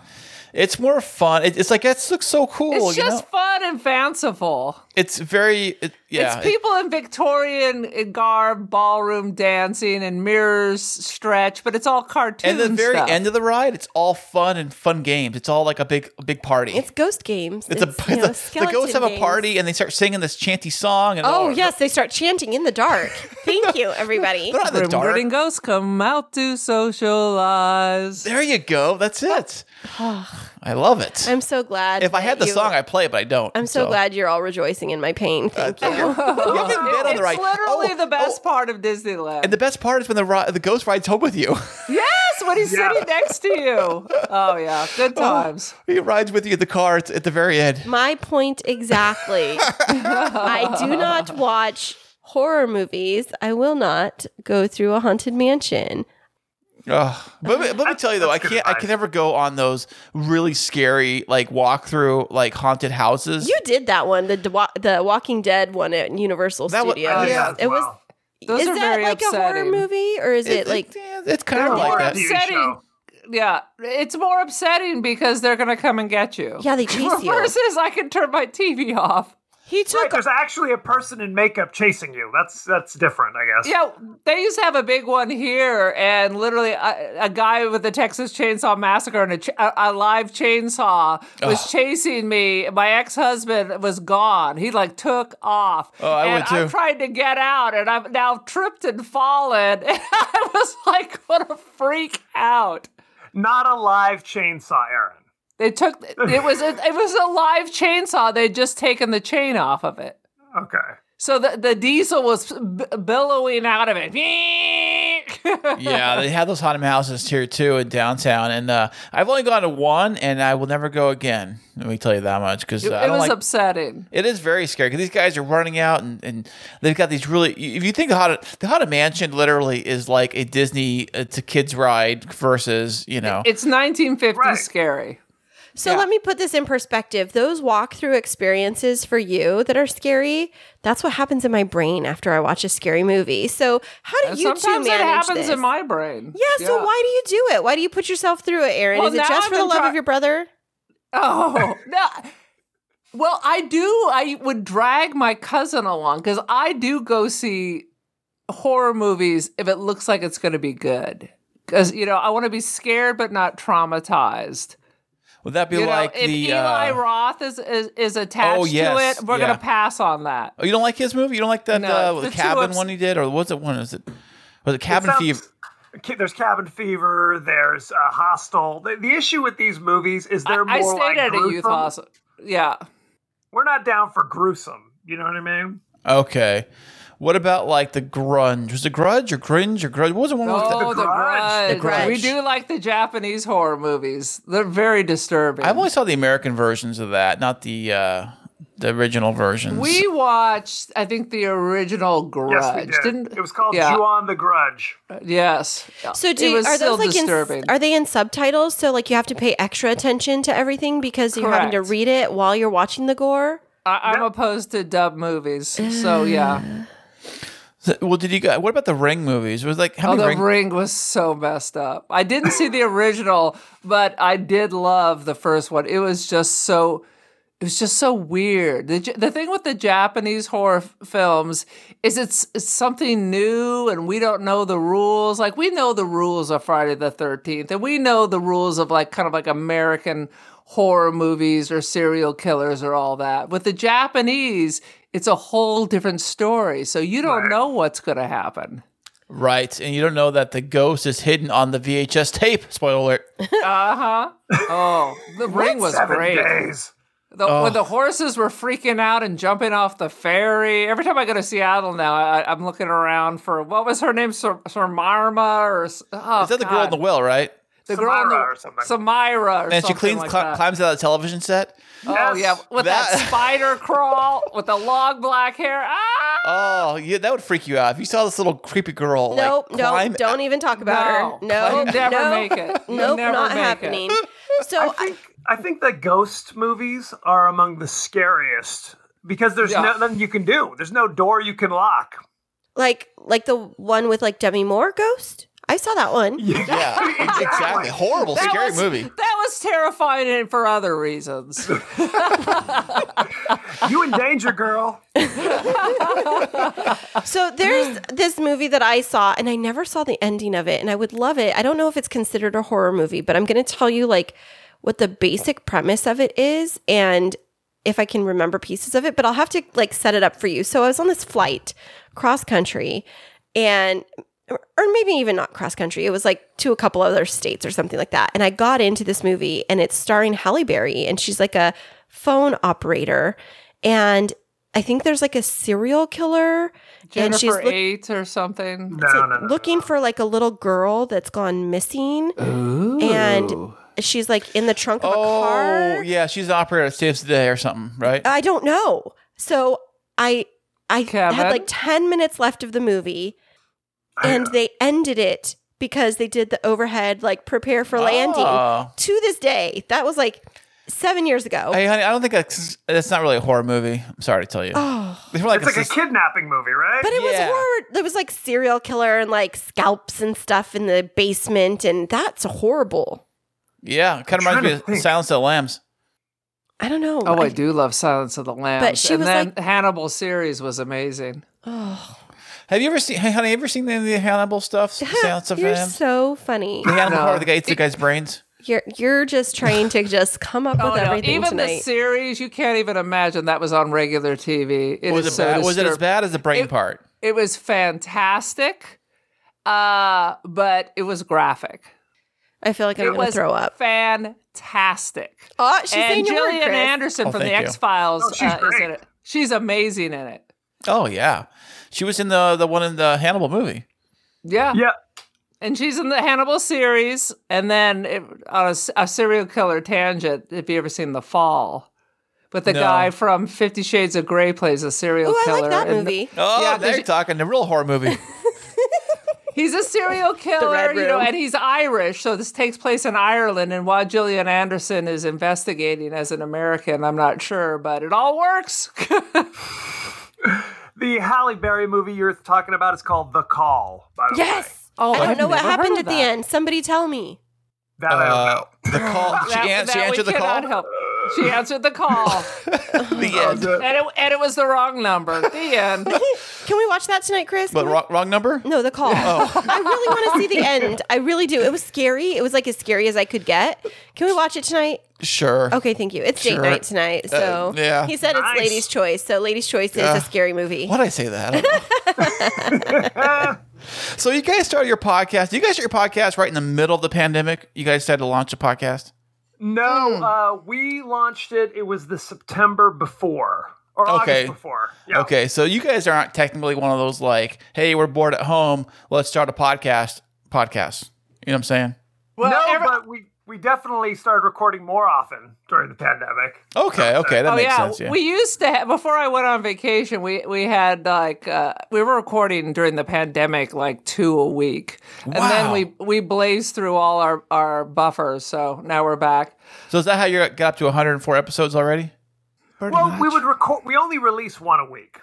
A: it's more fun. It, it's like that looks so cool.
C: It's
A: you
C: just
A: know?
C: fun and fanciful.
A: it's very it, yeah.
C: it's
A: it-
C: people in Victorian garb, ballroom dancing, and mirrors stretch, but it's all cartoon
A: and the very
C: stuff.
A: end of the ride, it's all fun and fun games. It's all like a big a big party.
B: it's ghost games.
A: It's a,
B: you know,
A: it's a the ghosts have
B: skeleton
A: a
B: games.
A: party and they start singing this chanty song and
B: Oh
A: all-
B: yes, they start chanting in the dark. Thank you, everybody.
A: they're not in the
C: Grim
A: dark.
C: grinning ghosts come out to socialize.
A: There you go. That's it. I love it.
B: I'm so glad.
A: if I had
B: that
A: the
B: you-
A: song, I Uh, would play it, but I don't.
B: I'm so, glad you're all rejoicing in my pain. Thank you.
A: you haven't been on
C: It's
A: the ride.
C: literally
A: Oh,
C: the best
A: oh,
C: part of Disneyland.
A: and the best part is when the ri- the ghost rides home with you.
C: yes, when he's
E: Yeah.
C: sitting next to you. Oh yeah, good times.
A: he rides with you in the car at, at the very end.
B: My point exactly. I do not watch horror movies. I will not go through a haunted mansion.
A: Ugh. But let me, let me tell you though, I
E: That's good
A: can't. I can
E: advice.
A: never go on those really scary like walk through like haunted houses.
B: You did that one, the Dwa- the Walking Dead one at Universal
A: That wa-
B: Studios.
E: I did
A: Yeah.
E: that as
B: it was.
E: well.
C: Those
B: is
C: are
B: that
C: very
B: like a horror
C: upsetting.
B: movie, or is it,
A: It-
B: like?
A: yeah, it's kind of
E: They're
A: like
E: more
A: that.
E: abused.
C: upsetting.
E: show.
C: Yeah, it's more upsetting because they're gonna come and get you.
B: Yeah, they chase you.
C: Versus, I can turn my TV off.
B: He took
E: There's actually a person in makeup chasing you. That's that's different, I guess.
C: Yeah, they used to have a big one here, and literally uh, a, a guy with a Texas Chainsaw Massacre and a, ch- a, a live chainsaw was chasing me. My ex husband was gone. He like took off. Oh,
A: I
C: and
A: would
C: I
A: too.
C: tried to get out, and I've now tripped and fallen. And I was like, what a freak out.
E: Not a live chainsaw, Aaron.
C: They took it was a, it was a live chainsaw. They'd just taken the chain off of it.
E: Okay.
C: So the, the diesel was b- billowing out of it.
A: yeah, they have those haunted houses here too in downtown, and uh, I've only gone to one, and I will never go again. Let me tell you that much because uh, I
C: it
A: don't
C: was
A: like.
C: upsetting.
A: it is very scary because these guys are running out, and, and they've got these really. If you think the haunted, the haunted mansion literally is like a Disney uh, it's a kids ride versus you know
C: It's 1950
E: Right.
C: scary.
B: So let me put this in perspective. Those walkthrough experiences for you that are scary, that's what happens in my brain after I watch a scary movie. So how do
C: And
B: you two
C: Uh, Sometimes it
B: manage
C: happens
B: this?
C: in my brain.
B: yeah, so why do you do it? Why do you put yourself through it, Aaron?
C: Well,
B: Is it
C: now
B: just
C: I've
B: for the
C: been
B: love
C: try-
B: of your brother?
C: Oh no. Well, I do. I would drag my cousin along because I do go see horror movies if it looks like it's going to be good. Because you know, I want to be scared but not traumatized.
A: would that be
C: You know,
A: like
C: if
A: the
C: Eli
A: uh,
C: Roth is is, is attached
A: Oh, yes,
C: to it, we're
A: yeah.
C: going to pass on that.
A: oh you don't like his movie you don't like that
C: No,
A: uh,
C: the two
A: cabin
C: ups-
A: one he did or what's it one is it was it
E: It
A: Cabin
E: sounds-
A: Fever
E: Ca- There's cabin fever. There's uh, hostel. The, the issue with these movies is
C: I,
E: they're
C: I
E: more
C: stayed
E: like
C: at a
E: gruesome.
C: youth hostel. Yeah.
E: We're not down for gruesome. You know what I mean?
A: okay. What about like the grunge? Was it grudge or gringe or grudge? What was the one with the,
C: Oh, the,
E: Grudge.
C: grudge.
B: The Grudge.
C: We do like the Japanese horror movies. They're very disturbing.
A: I've only saw the American versions of that, not the uh, the original versions.
C: we watched, I think, the original Grudge.
E: Yes, we did.
C: Didn't
E: it was called
C: yeah,
E: Ju-on the Grudge.
C: Yes.
B: So do
C: it was
B: are
C: still
B: those like
C: disturbing.
B: in are they in subtitles? So like you have to pay extra attention to everything because you're having to
C: Correct.
B: read it while you're watching the gore?
C: I, I'm opposed to dub movies, so
B: Uh,
C: yeah.
A: So- well, did you guys? What about the Ring movies? It was like how
C: Oh, the
A: many Ring?
C: ring? was so messed up. I didn't see the original, but I did love the first one. It was just so, it was just so weird. The, J- the thing with the Japanese horror f- films is it's, it's something new, and we don't know the rules. Like we know the rules of Friday the Thirteenth, and we know the rules of like kind of like American horror movies or serial killers or all that. With the Japanese. It's a whole different story. So you don't know what's going to happen.
A: right? And you don't know that the ghost is hidden on the VHS tape. Spoiler alert.
C: Uh huh. Oh, the ring was
E: Seven
C: great.
E: days.
C: The, When the horses were freaking out and jumping off the ferry. Every time I go to Seattle now, I, I'm looking around for what was her name, Sir, Sir Marma or S- oh,
A: Is that the girl in the well? Right?
C: the girl in the-
E: Samira or something.
C: Samira or
A: And she
C: something
A: cleans
C: like
A: cli-
C: that.
A: climbs out of the television set.
C: oh
E: Yes.
C: yeah, with that,
A: That-
C: spider crawl with the long black hair. Ah.
A: Oh, yeah, that would freak you out if you saw this little creepy girl. like,
B: Nope,
A: climb-
B: nope, don't even talk about
C: No,
B: her. No,
C: you'll never
B: no,
C: make it. You'll
B: Nope,
C: never
B: not
C: make it.
B: happening. So
E: I think I think the ghost movies are among the scariest because there's
C: Yeah.
E: no, nothing you can do. There's no door you can lock.
B: like like the one with like Demi Moore ghost. I saw that one.
A: Yeah, exactly. Horrible,
C: That
A: scary
C: was-
A: movie.
C: That was terrifying and for other reasons.
E: You in danger, girl.
B: So there's this movie that I saw, and I never saw the ending of it, and I would love it. I don't know if it's considered a horror movie, but I'm going to tell you like what the basic premise of it is, and if I can remember pieces of it. But I'll have to like set it up for you. So I was on this flight cross country, and or maybe even not cross country. It was like to a couple other states or something like that. And I got into this movie, and it's starring Halle Berry, and she's like a phone operator, and I think there's like a serial killer and she's
C: Jennifer
B: look-
C: eight or something.
E: No,
B: it's
E: no,
B: like
E: no, no.
B: looking for like a little girl that's gone missing and she's like in the trunk of a
A: Oh,
B: car
A: yeah, she's an operator that saves the day or something, right?
C: Oh,
B: i don't know so i i had
C: Kevin?
B: like 10 minutes left of the movie and they ended it because they did the overhead like prepare for landing
A: Oh.
B: to this day that was like seven years ago
A: Hey, honey, I don't think that's, that's not really a horror movie. I'm sorry to tell you.
B: oh
A: It's more like
E: It's like a
A: sus-
E: kidnapping movie, right?
B: but it was
A: Yeah.
B: horror. There was like serial killer and like scalps and stuff in the basement, and that's horrible.
A: yeah, kind of
E: I'm trying
A: reminds
E: to
A: me of
E: think.
A: Silence of the Lambs.
B: I don't know.
C: Oh, I
B: I-
C: do love Silence of the Lambs.
B: she
C: and
B: was
C: then
B: like-
C: Hannibal series was amazing.
A: Have you ever seen? Hey, honey, have you ever seen any of the Hannibal stuff? Silence of the
B: you're
A: Lambs?
B: so funny.
A: the Hannibal
C: No.
A: part where the guy eats the guy's brains.
B: You're you're just trying to just come up with
C: Oh, no,
B: everything
C: even the
B: tonight.
C: series, you can't even imagine that was on regular TV. It
A: Was
C: is
A: it
C: so
A: bad? Was it as
C: disturb-
A: bad as the brain
C: It-
A: part?
C: It was fantastic, uh, but it was graphic.
B: I feel like I'm
C: it
B: gonna
C: was
B: throw up.
C: fantastic.
B: Oh, she's saying
C: and
B: your word,
C: Gillian
B: Chris.
C: Anderson
A: Oh,
C: from the
A: thank you.
C: X Files
E: Oh, she's
C: uh, is in
E: great.
C: it. She's amazing in it.
A: Oh yeah, she was in the the one in the Hannibal movie.
C: Yeah.
E: Yeah.
C: And she's in the Hannibal series. And then it, on a, s- a serial killer tangent, if you ever seen The Fall, but the
A: No.
C: guy from Fifty Shades of Grey plays a serial
B: Oh, I
C: killer.
B: like that
C: and
B: movie.
A: Oh,
C: Yeah,
A: yeah,
C: 'cause
A: now you're
C: you-
A: talking the real horror movie.
C: He's a serial killer,
B: Red
C: you know,
B: Room.
C: and he's Irish. So this takes place in Ireland. And while Gillian Anderson is investigating as an American, I'm not sure, but it all works.
E: The Halle Berry movie you're talking about is called The Call. By the way,
B: Yes.
C: Oh,
B: I don't
C: I've
B: know what
C: never heard
B: happened
C: of
B: at the
C: that.
B: end. Somebody tell me.
E: that I don't know.
A: Uh, the call. She,
C: That-
A: an- she
C: that we
A: answered the
C: cannot
A: call.
C: help. She answered the call,
A: The end.
C: and it, and it was the wrong number. The end.
B: Can we watch that tonight, Chris?
A: But Oh.
B: Can we-
A: wrong, wrong number.
B: No, the call. I really want to see the end. I really do. It was scary. It was like as scary as I could get. Can we watch it tonight?
A: Sure.
B: Okay, thank you. It's date
A: Sure. Uh,
B: night tonight. So
A: yeah.
B: he said
E: Nice.
B: it's ladies' choice. So ladies' choice is a scary movie.
A: Why did I say that? I don't know. so you guys started your podcast. You guys started your podcast right in the middle of the pandemic. You guys decided to launch a podcast.
C: Hmm.
E: No, uh, we launched it. It was the September before or
A: Okay.
E: August before. Yeah.
A: Okay, so you guys aren't technically one of those like, hey, we're bored at home, let's start a podcast. Podcast. You know what I'm saying?
C: Well,
E: no,
C: every-
E: but we we definitely started recording more often during the pandemic.
A: Okay, okay, that
C: oh
A: makes
C: yeah,
A: sense. Yeah.
C: we used to. Have, before I went on vacation, we we had like uh, we were recording during the pandemic, like two a week, and then
A: Wow.
C: we we blazed through all our our buffers. So now we're back.
A: so is that how you got up to 104 episodes already? Pretty
E: well, we
A: much.
E: would record. We only release one a week,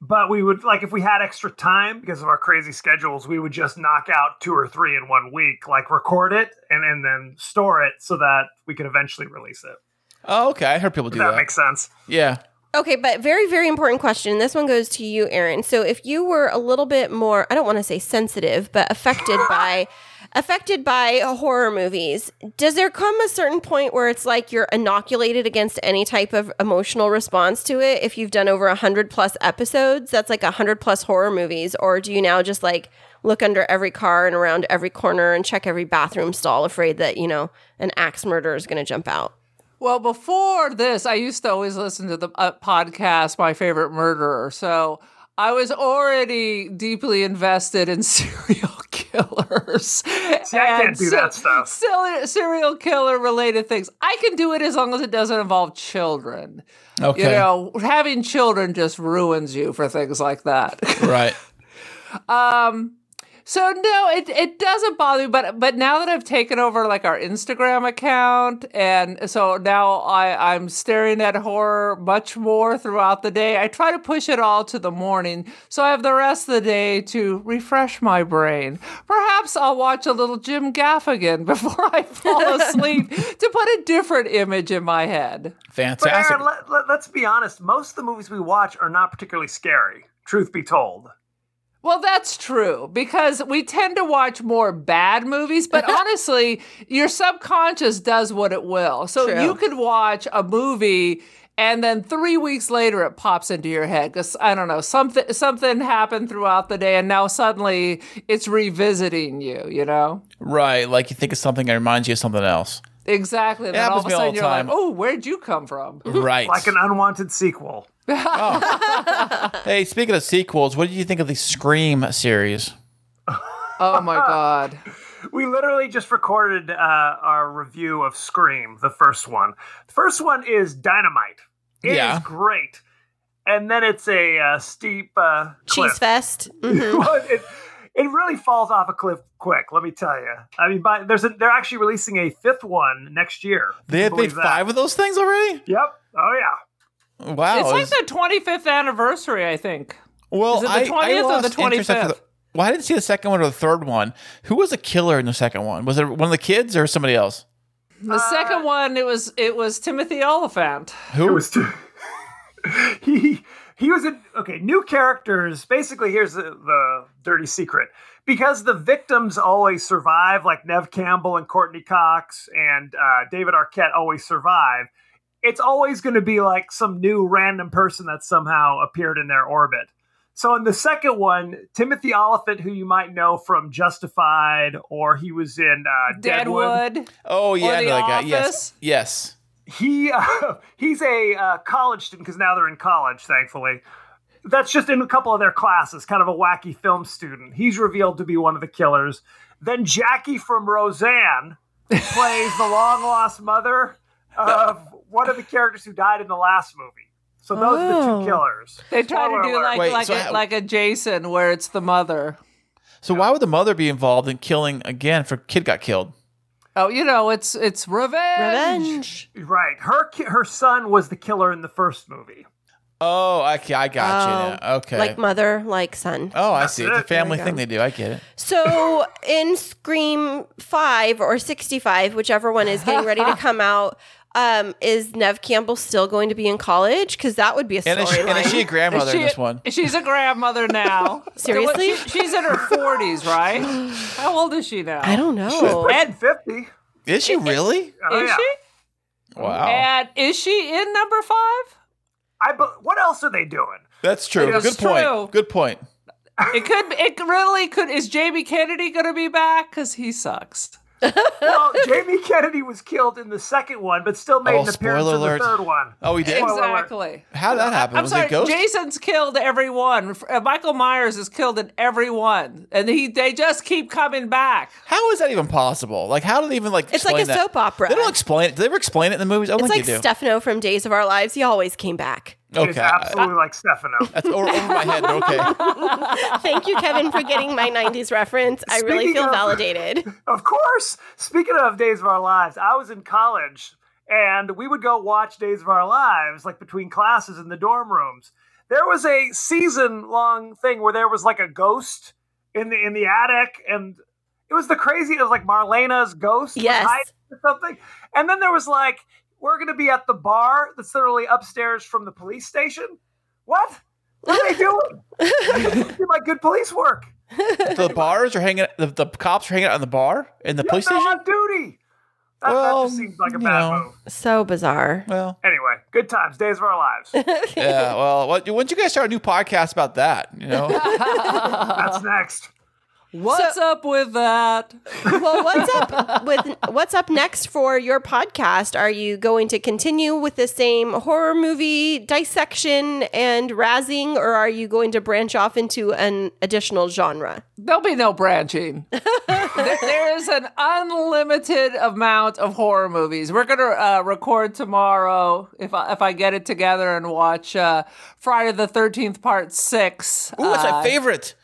E: but we would like if we had extra time because of our crazy schedules, we would just knock out two or three in one week, like record it and and then store it so that we could eventually release it.
A: Oh, okay. I heard people do
E: If that,
A: that.
E: makes sense.
A: yeah.
B: Okay, but very, very important question. This one goes to you, Aaron. So if you were a little bit more, I don't want to say sensitive, but affected by affected by horror movies, does there come a certain point where it's like you're inoculated against any type of emotional response to it if you've done over a hundred plus episodes? That's like a hundred plus horror movies, or do you now just like look under every car and around every corner and check every bathroom stall afraid that, you know, an axe murderer is gonna jump out?
C: Well, before this, I used to always listen to the uh, podcast My Favorite Murderer. So I was already deeply invested in serial killers.
E: See, I can't
C: and
E: do
C: se-
E: that stuff.
C: seri- serial killer related things. I can do it as long as it doesn't involve children.
A: Okay.
C: You know, having children just ruins you for things like that.
A: right.
C: So no, it it doesn't bother me, but but now that I've taken over like our Instagram account, and so now I I'm staring at horror much more throughout the day. I try to push it all to the morning, so I have the rest of the day to refresh my brain. Perhaps I'll watch a little Jim Gaffigan before I fall asleep to put a different image in my head.
E: But
A: Fantastic.
E: Aaron, let, let, let's be honest. Most of the movies we watch are not particularly scary. Truth be told.
C: Well, that's true because we tend to watch more bad movies, but honestly, your subconscious does what it will. So
B: True.
C: you could watch a movie and then 3 weeks later it pops into your head cuz I don't know, something something happened throughout the day and now suddenly it's revisiting you, you know?
A: right. Like you think of something that reminds you of something else.
C: Exactly. And then all
A: happens
C: of
A: to me all
C: a sudden
A: the
C: you're like,
A: time.
C: "Oh, where'd you come from?"
A: Right.
E: Like an unwanted sequel.
A: hey, speaking of sequels, what did you think of the Scream series?
C: oh my god.
E: We literally just recorded uh, our review of Scream, the first one. The first one is dynamite. It is
A: Yeah.
E: great. And then it's a uh, steep uh, cliff.
B: Cheese fest. Mm-hmm.
E: Well, it, it really falls off a cliff quick, let me tell you. I mean, by, there's a, they're actually releasing a fifth one next year.
A: They have made
E: Believe that.
A: five of those things already?
E: Yep. Oh, yeah.
A: Wow.
C: It's like
A: is-
C: the 25th anniversary, I think.
A: Well,
C: Is it the
A: I- I
C: 20th or the
A: lost interest after
C: 25th?
A: well, I didn't see the second one or the third one. Who was the killer in the second one? Was it one of the kids or somebody else?
C: The second one, it was it was Timothy Oliphant.
E: It was too. he he was a okay. New characters. Basically, here's the, the dirty secret. Because the victims always survive, like Nev Campbell and Courtney Cox and uh, David Arquette always survive. It's always going to be like some new random person that somehow appeared in their orbit. So in the second one, Timothy Oliphant, who you might know from Justified, or he was in uh, Deadwood.
C: Deadwood.
A: Oh yeah, I
C: The
A: know that guy. Yes,
C: Office?
A: yes.
E: he uh, he's a uh, college student because now they're in college thankfully that's just in a couple of their classes kind of a wacky film student he's revealed to be one of the killers then jackie from roseanne plays the long lost mother of one of the characters who died in the last movie so those are the
B: Oh.
E: two killers
C: They try
E: Spoiler
C: to do
E: alert.
C: like
A: Wait,
C: like
A: so
C: a,
A: how-
C: like a Jason, where it's the mother.
A: So why would the mother be involved in killing again? For kid got killed.
C: Oh, you know, it's it's
B: Revenge.
C: revenge.
E: right her ki- her son was the killer in the first movie
A: Oh, I, I
C: Um,
A: got you. Now. Okay.
B: Um, Like mother, like son.
A: oh, I see. It's a
E: it.
A: family
B: There you
A: thing they do. I get it.
B: So in Scream 5 or 65, whichever one is getting ready to come out, um, is Nev Campbell still going to be in college? Because that would be a
A: And is, she, and is she a
B: storyline.
A: grandmother
C: She-
A: in this one?
C: She's a grandmother now.
B: Seriously?
C: She- she's in her forties, right? How old is she now?
B: I don't know.
E: and 50
A: Is she really?
E: Oh,
C: Is
E: yeah.
C: she?
A: Wow.
C: And is she in number five?
E: I, bu- what else are they doing
A: That's true.
C: It is
A: Good point.
C: true.
A: Good point.
C: It could. It really could. Is Jamie Kennedy going to be back? Because he sucks.
E: well, Jamie Kennedy was killed in the second one, but still made
A: Oh,
E: an appearance
A: spoiler
E: in the
A: alert.
E: third one.
A: Oh, he did.
E: Spoiler alert.
C: Exactly.
A: How did that happen?
C: I'm
A: was
C: sorry.
A: it Ghost?
C: Jason's killed everyone. F- uh, Michael Myers is killed in every one, and he they just keep coming back.
A: How is that even possible? Like, how do they even like?
B: It's like
A: explain
B: a
A: that?
B: soap opera.
A: They don't explain it. Do they ever explain it in the movies? I don't
B: It's like
A: think they do.
B: Stefano from Days of Our Lives. He always came back.
E: It is
A: okay,
E: absolutely like Stefano.
A: that's over, over my head. but Okay,
B: Thank you, Kevin, for getting my 90s reference. I really
E: Speaking
B: feel
E: of-
B: validated.
E: Of course. Speaking of Days of Our Lives, I was in college and we would go watch Days of Our Lives like between classes in the dorm rooms. There was a season long thing where there was like a ghost in the in the attic and it was the crazy it was like Marlena's ghost was
B: Yes.
E: hiding or something. And then there was like we're going to be at the bar that's literally upstairs from the police station. What? What are they doing? that doesn't seem like good police work.
A: the bars are hanging. The, the cops are hanging out in the bar in the
E: Yeah,
A: police
E: they're
A: station.
E: on duty. That, that
A: Well,
E: just seems like
A: you
E: a bad
A: know.
E: move.
B: So bizarre.
A: Well,
E: Anyway, good times, days of our lives.
A: yeah. Well, what, why don't you guys start a new podcast about that? You know,
E: That's next.
C: What's up with that?
B: well, what's up with what's up next for your podcast? Are you going to continue with the same horror movie dissection and razzing, or are you going to branch off into an additional genre?
C: There'll be no branching. There- there is an unlimited amount of horror movies. We're gonna uh, record tomorrow if I, if I get it together and watch uh, Friday the Thirteenth Part Six. Uh,
A: ooh, that's my favorite.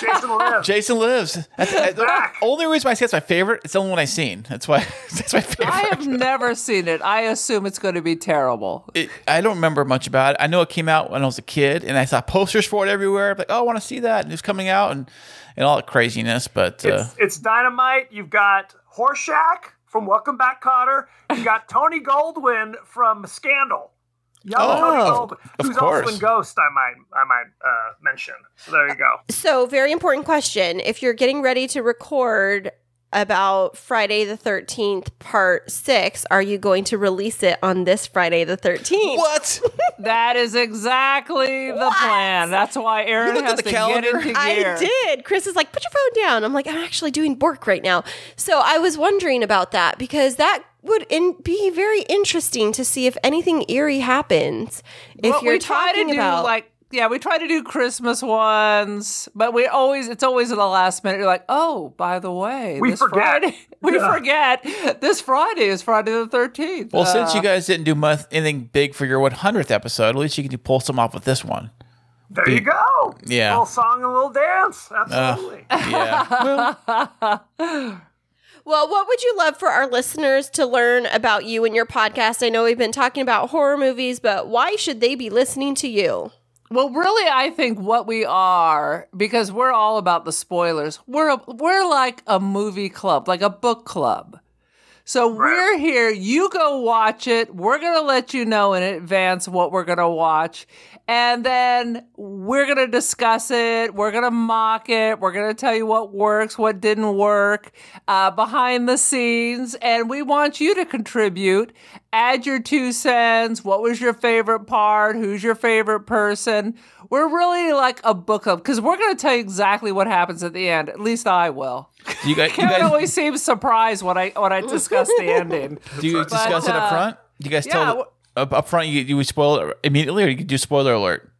E: Jason lives.
A: Jason Lives. That's, that's the only reason why I say it's my favorite. It's the only one I've seen. That's why. That's my favorite.
C: I have never seen it. I assume it's going to be terrible.
A: it, I don't remember much about it. I know it came out when I was a kid, and I saw posters for it everywhere. I'm like, oh, I want to see that, and it's coming out, and and all that craziness. But uh,
E: it's, it's dynamite. You've got Horseshack from Welcome Back, Cotter. You've got Tony Goldwyn from Scandal. Young
A: Oh,
E: Tony
A: of
E: Goldwyn, who's
A: course.
E: also in Ghost. I might, I might uh, mention. So there you go.
B: So, very important question. If you're getting ready to record about Friday the 13th, part six, are you going to release it on this Friday the 13th?
A: what?
C: That is exactly the plan. That's why Aaron
A: looked at
C: has
A: the
C: to
A: calendar?
C: get into gear.
B: I did. Chris is like, put your phone down. I'm like, I'm actually doing work right now. So I was wondering about that because that would in- be very interesting to see if anything eerie happens. If
C: What
B: you're
C: we try
B: talking
C: to do,
B: about
C: like, yeah, we try to do Christmas ones, but we always it's always at the last minute. You're like, oh, by the way,
E: We
C: this
E: forget.
C: Friday, we
E: Yeah.
C: forget this Friday is Friday the thirteenth. Uh,
A: Well, since you guys didn't do month anything big for your 100th episode, at least you can pull some off with this one.
E: There you go.
A: Yeah.
E: little song and a little dance. Absolutely.
A: Yeah,
B: Well, what would you love for our listeners to learn about you and your podcast? I know we've been talking about horror movies, but why should they be listening to you?
C: Well, really, I think what we are because we're all about the spoilers. We're a, we're like a movie club, like a book club. So we're here. You go watch it. We're going to let you know in advance what we're going to watch. And then we're going to discuss it. We're going to mock it. We're going to tell you what works, what didn't work uh, behind the scenes. And we want you to contribute. Add your two cents. What was your favorite part? Who's your favorite person? We're really like a book club because we're going to tell you exactly what happens at the end. At least I will.
A: Do you guys, you
C: Kevin
A: guys,
C: always seems surprised when I when I discuss the ending.
A: do you discuss it
C: uh,
A: up front? Do you guys
C: yeah,
A: tell
C: w-
A: up, up front? You, you would spoil it immediately, or you could do spoiler alert.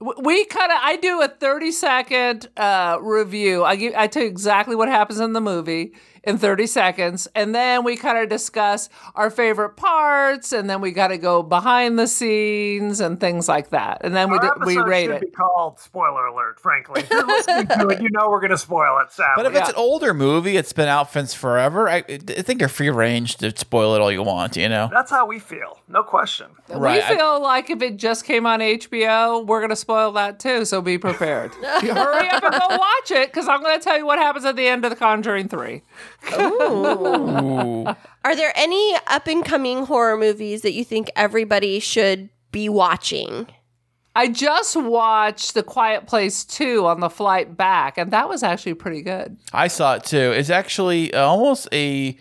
C: W- We kind of I do a thirty second uh, review. I give I tell you exactly what happens in the movie in thirty seconds, and then we kind of discuss our favorite parts, and then we got to go behind the scenes and things like that, and then we
E: Our
C: d- we
E: episode
C: rate
E: should
C: it.
E: be called spoiler alert. Frankly, if you're listening to it, you know we're going to spoil it. Sadly,
A: But if it's an older movie, it's been out since forever. I, I think you're free range to spoil it all you want. You know,
E: that's how we feel, no question.
A: right? I-
C: We feel like if it just came on HBO, we're going to spoil that too, so be prepared. You Hurry up and go watch it because I'm going to tell you what happens at the end of The Conjuring 3.
A: Ooh.
B: Are there any up and coming horror movies that you think everybody should be watching?
C: I just watched The Quiet Place 2 on the flight back, and that was actually pretty good.
A: I saw it too. It's actually uh, almost a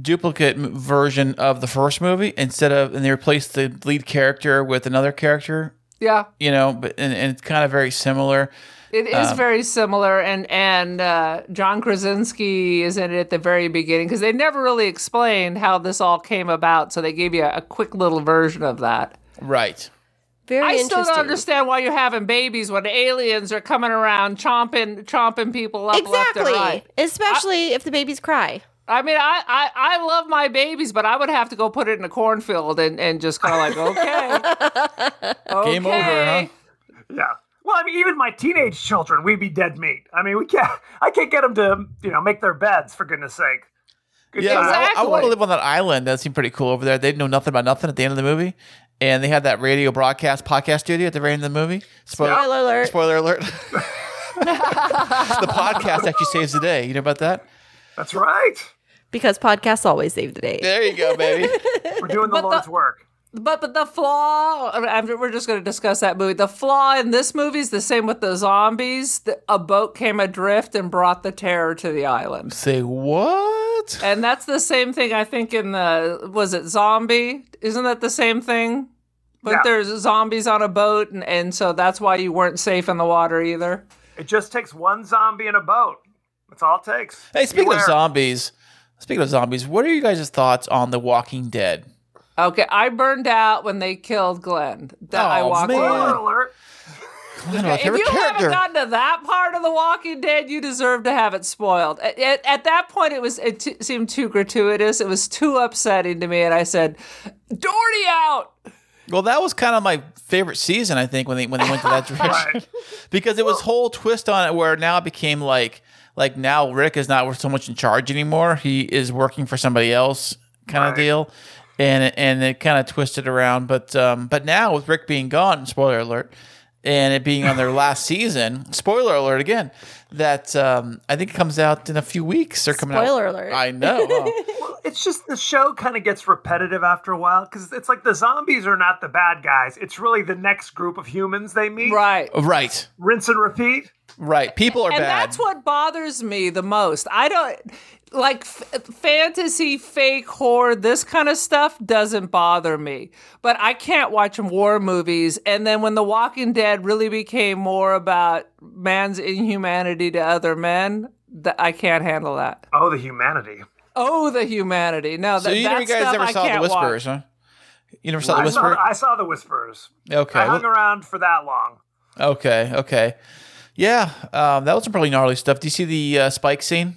A: duplicate m- version of the first movie. Instead of and they replaced the lead character with another character.
C: Yeah,
A: You know, but and, and it's kind of very similar.
C: it is very similar. And and uh, John Krasinski is in it at the very beginning because they never really explained how this all came about, so they gave you a, a quick little version of that.
A: Right.
B: Very
C: I
B: interesting.
C: still don't understand why you're having babies when aliens are coming around chomping chomping people up left
B: Exactly.
C: and right.
B: Especially if the babies cry.
C: I mean, I, I, I love my babies, but I would have to go put it in a cornfield and, and just kind of like, okay.
A: Game over, huh?
C: okay.
E: Yeah. Well, I mean, even my teenage children, we'd be dead meat. I mean, we can't. I can't get them to, you know, make their beds for goodness sake. Good
A: Yeah,
E: God.
A: I- I, want to
C: Exactly.
A: live on that island. That seemed pretty cool over there. They know nothing about nothing at the end of the movie, and they had that radio broadcast podcast studio at the very end of the movie. Spoiler,
B: Spoiler alert.
A: Spoiler alert. the podcast actually saves the day. You know about that?
E: That's right.
B: Because podcasts always save the day.
A: There you go, baby.
E: We're doing the Lord's work.
C: But but the flaw, I mean, we're just going to discuss that movie. The flaw in this movie is the same with the zombies. The, a boat came adrift and brought the terror to the island.
A: Say what?
C: And that's the same thing I think in the was it zombie? Isn't that the same thing? But
E: Yeah.
C: there's zombies on a boat, and, and so that's why you weren't safe in the water either.
E: It just takes one zombie in a boat. That's all it takes.
A: Hey, speaking
E: Beware.
A: of zombies, speaking of zombies, what are you guys' thoughts on The Walking Dead?
C: Okay, I burned out when they killed Glenn. That I
A: Oh,
C: walked
A: man.
E: Spoiler
C: away.
E: alert.
A: I don't know,
C: If you
A: favorite character.
C: haven't gotten to that part of The Walking Dead, you deserve to have it spoiled. At, at- at that point, it was it t- seemed too gratuitous. It was too upsetting to me, and I said, "Doherty out."
A: well, that was kind of my favorite season, I think, when they when they went to that direction.
E: Right.
A: because it was whole twist on it where now it became like like now Rick is not so much in charge anymore. He is working for somebody else kind of deal. And it- and it kind of twisted around, but um, but now with Rick being gone, spoiler alert, and it being on their last season, spoiler alert again, that um, I think it comes out in a few weeks. They're coming
B: Spoiler
A: out.
B: alert.
A: I know. huh?
E: It's just the show kind of gets repetitive after a while because it's like the zombies are not the bad guys. It's really the next group of humans they meet.
C: Right.
A: right,
E: Rinse and repeat.
A: right. People are
C: and
A: Oh, bad.
C: that's what bothers me the most i don't like f- fantasy fake horror this kind of stuff doesn't bother me but i can't watch war movies and then when the walking dead really became more about man's inhumanity to other men that i can't handle that
E: Oh, the humanity.
C: oh the humanity no
A: so
C: that,
A: you
C: that
A: never you guys
C: stuff
A: never
C: I
A: saw the
C: can't watch.
A: whispers, huh? You never saw the
E: I saw,
A: whisper.
E: I saw the whispers.
A: okay,
E: I
A: well-
E: hung around for that long.
A: Okay, okay. Yeah, um, that was some pretty gnarly stuff. Do you see the uh, spike scene?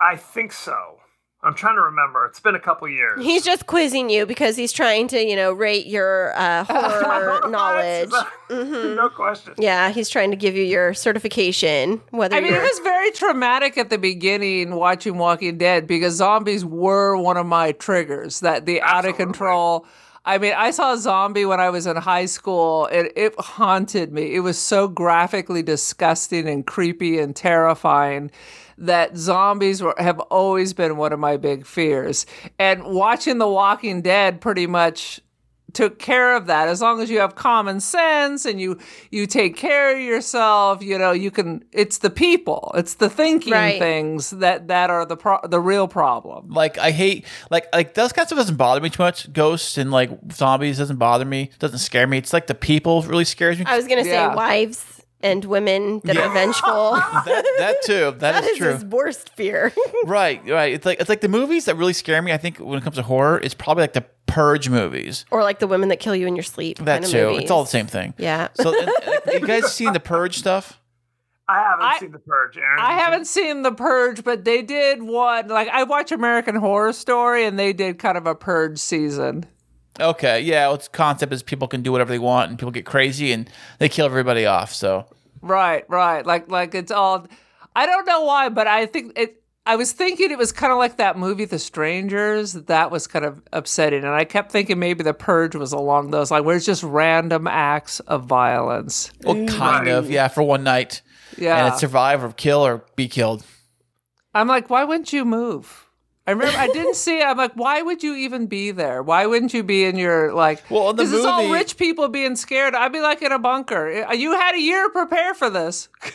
E: I think so. I'm trying to remember. It's been a couple years.
B: He's just quizzing you because he's trying to, you know, rate your uh, horror knowledge.
C: Mm-hmm.
E: no question.
B: Yeah, he's trying to give you your certification. Whether
C: I mean, it
B: you're-
C: was very traumatic at the beginning watching Walking Dead because zombies were one of my triggers. That the out of control. I mean, I saw a zombie when I was in high school. It, it haunted me. It was so graphically disgusting and creepy and terrifying that zombies were, have always been one of my big fears. And watching The Walking Dead pretty much took care of that as long as you have common sense and you you take care of yourself you know you can it's the people it's the thinking
B: Right.
C: things that that are the pro- the real problem
A: Like I hate like like those kinds of stuff doesn't bother me too much. Ghosts and like zombies doesn't bother me. Doesn't scare me. It's like the people really scares me.
B: I was gonna say
C: Yeah.
B: wives and women that are vengeful.
A: that, that too.
B: that is
A: true.
B: his worst fear.
A: Right, right. It's like it's like the movies that really scare me. I think when it comes to horror, it's probably like the Purge movies.
B: or like the women that kill you in your sleep.
A: That
B: kind of
A: too. It's all the
B: movies.
A: same thing.
B: Yeah.
A: So and, and you guys seen the Purge stuff?
E: I haven't
C: I-
E: seen The Purge, Aaron.
C: I haven't seen The Purge, but they did one. Like I watch American Horror Story, and they did kind of a Purge season.
A: Okay, yeah. Well, its concept is people can do whatever they want, and people get crazy, and they kill everybody off. So
C: Right, right. Like like it's all. I don't know why, but I think it. I was thinking it was kind of like that movie, The Strangers. That was kind of upsetting, and I kept thinking maybe The Purge was along those lines, where it's just random acts of violence.
A: Well, kind of, yeah, for one night.
C: Yeah,
A: And it's survive or kill or be killed.
C: I'm like, why wouldn't you move? I remember I didn't see. it. I'm like, why would you even be there? Why wouldn't you be in your like?
A: Well, in the
C: this is all
A: movie-
C: rich people being scared. I'd be like in a bunker. I- You had a year to prepare for this.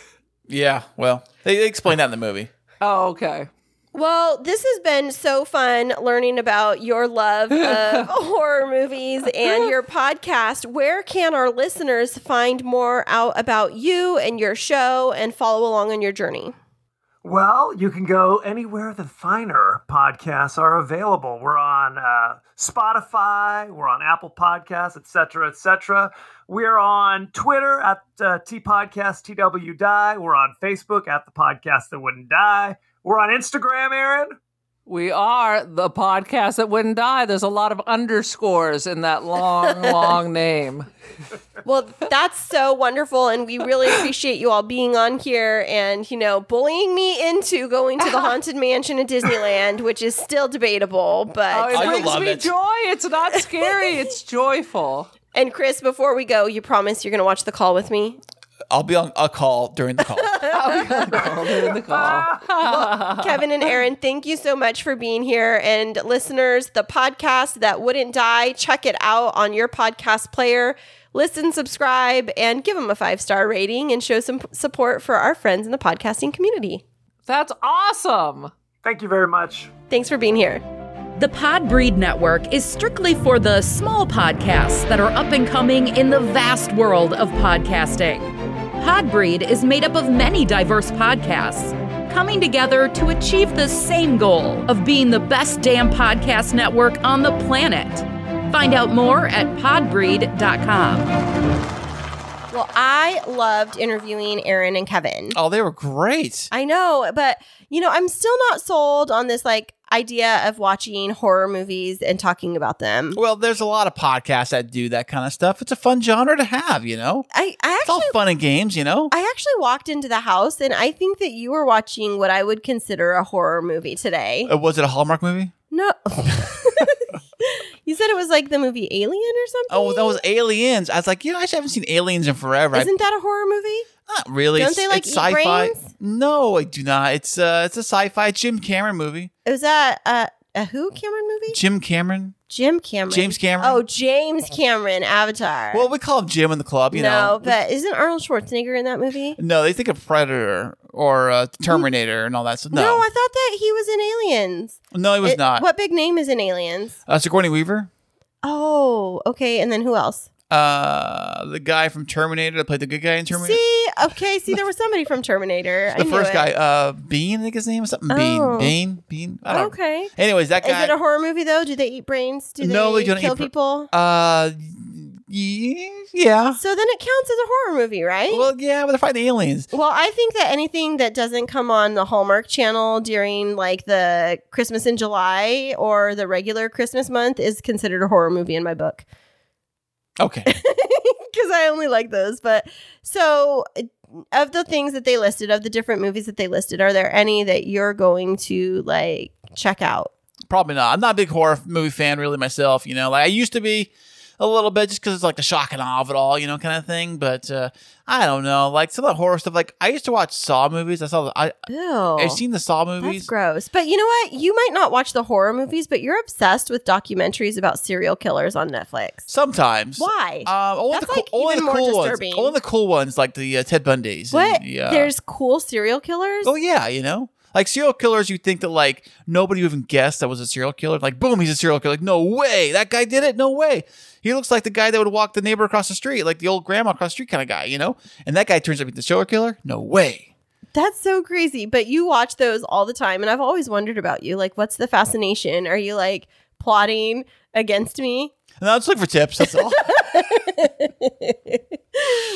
A: Yeah, well, they, they explain that in the movie.
C: Oh, okay.
B: Well, this has been so fun learning about your love of horror movies and your podcast. Where can our listeners find more out about you and your show and follow along on your journey?
E: Well, you can go anywhere the finer podcasts are available. We're on uh, Spotify, we're on Apple Podcasts, et cetera, et cetera. We're on Twitter at uh, Podcast TW Die. We're on Facebook at The Podcast That Wouldn't Die. We're on Instagram, Aaron.
C: We are the podcast that wouldn't die. There's a lot of underscores in that long, long name.
B: Well, that's so wonderful. And we really appreciate you all being on here and, you know, bullying me into going to the Haunted Mansion at Disneyland, which is still debatable.
C: Oh,
B: But,
C: it
A: I
C: brings
A: love
C: me
A: it.
C: joy. It's not scary. It's joyful.
B: and Chris, before we go, you promise you're going to watch the call with me?
A: I'll be on a call during the call.
C: I'll be in the call.
B: Kevin and Aaron, thank you so much for being here. And listeners, the podcast that wouldn't die, check it out on your podcast player. Listen, subscribe, and give them a five star rating and show some p- support for our friends in the podcasting community.
C: That's awesome.
E: Thank you very much.
B: Thanks for being here.
F: The Podbreed Network is strictly for the small podcasts that are up and coming in the vast world of podcasting. Podbreed is made up of many diverse podcasts coming together to achieve the same goal of being the best damn podcast network on the planet. Find out more at podbreed.com.
B: Well, I loved interviewing Aaron and Kevin.
A: oh, they were great.
B: I know, but you know, I'm still not sold on this like idea of watching horror movies and talking about them.
A: Well, there's a lot of podcasts that do that kind of stuff. It's a fun genre to have, you know?
B: I, I
A: It's all
B: actually
A: fun and games, you know?
B: I actually walked into the house and I think that you were watching what I would consider a horror movie today.
A: Uh, was it a Hallmark movie?
B: No. you said it was like the movie Alien or something?
A: Oh, that was Aliens. I was like, you know, I actually haven't seen Aliens in forever. I-
B: Isn't that a horror movie?
A: not really.
B: don't
A: It's-
B: they, like,
A: it's
B: eat
A: sci-fi?
B: brains?
A: No, I do not. It's uh, it's a sci-fi Jim Cameron movie.
B: It was that uh, a who Cameron movie?
A: Jim Cameron.
B: Jim Cameron.
A: James Cameron.
B: Oh, James Cameron, Avatar.
A: Well, we call him Jim in the club, you
B: no,
A: know.
B: but isn't Arnold Schwarzenegger in that movie?
A: no, they think of Predator or uh, Terminator and all that stuff. No,
B: I thought that he was in Aliens.
A: no, he was
B: It-
A: not.
B: What big name is in Aliens?
A: Uh, Sigourney Weaver,
B: Oh, okay. And then who else?
A: uh, the guy from Terminator that played the good guy in Terminator.
B: See, okay. See, there was somebody from Terminator. I
A: the
B: knew
A: first
B: it.
A: guy, uh, Bean, I think his name is something. Bean,
B: Oh.
A: Bean, Bean. I don't.
B: Okay.
A: Anyways, that
B: Is
A: guy.
B: it a horror movie though? Do they eat brains? Do they
A: No, they don't
B: kill
A: eat br-
B: people?
A: uh, y- yeah.
B: so then it counts as a horror movie, right? Well,
A: Well, yeah, but they're fighting aliens.
B: I think that anything that doesn't come on the Hallmark Channel during like the Christmas in July or the regular Christmas month is considered a horror movie in my book
A: Okay.
B: because I only like those. But so, uh, of the things that they listed, of the different movies that they listed, are there any that you're going to like check out?
A: Probably not. I'm not a big horror movie fan really myself. You know, like I used to be a little bit just because it's like the shock and awe of it all, you know, kind of thing. But uh, I don't know, like some of the horror stuff. Like I used to watch Saw movies. I saw. The, I
B: Ew.
A: I've seen the Saw
B: Oh. That's
A: movies.
B: gross. But you know what? You might not watch the horror movies, but you're obsessed with documentaries about serial killers on Netflix.
A: Sometimes.
B: Why?
A: Um, only
B: That's,
A: the, cool-
B: like,
A: only
B: even
A: the
B: more
A: cool
B: disturbing.
A: ones. Only the cool ones, like the uh, Ted Bundy's. and-
B: what?
A: yeah.
B: There's cool serial killers?
A: Oh yeah, you know, like serial killers. You think that like nobody even guessed that was a serial killer. Like boom, he's a serial killer. Like no way, that guy did it. No way. He looks like the guy that would walk the neighbor across the street, like the old grandma across the street kind of guy, you know. And that guy turns out to be the serial killer. No way.
B: That's so crazy. But you watch those all the time. And I've always wondered about you. Like, what's the fascination? Are you like plotting against me?
A: And I just look for tips. That's all.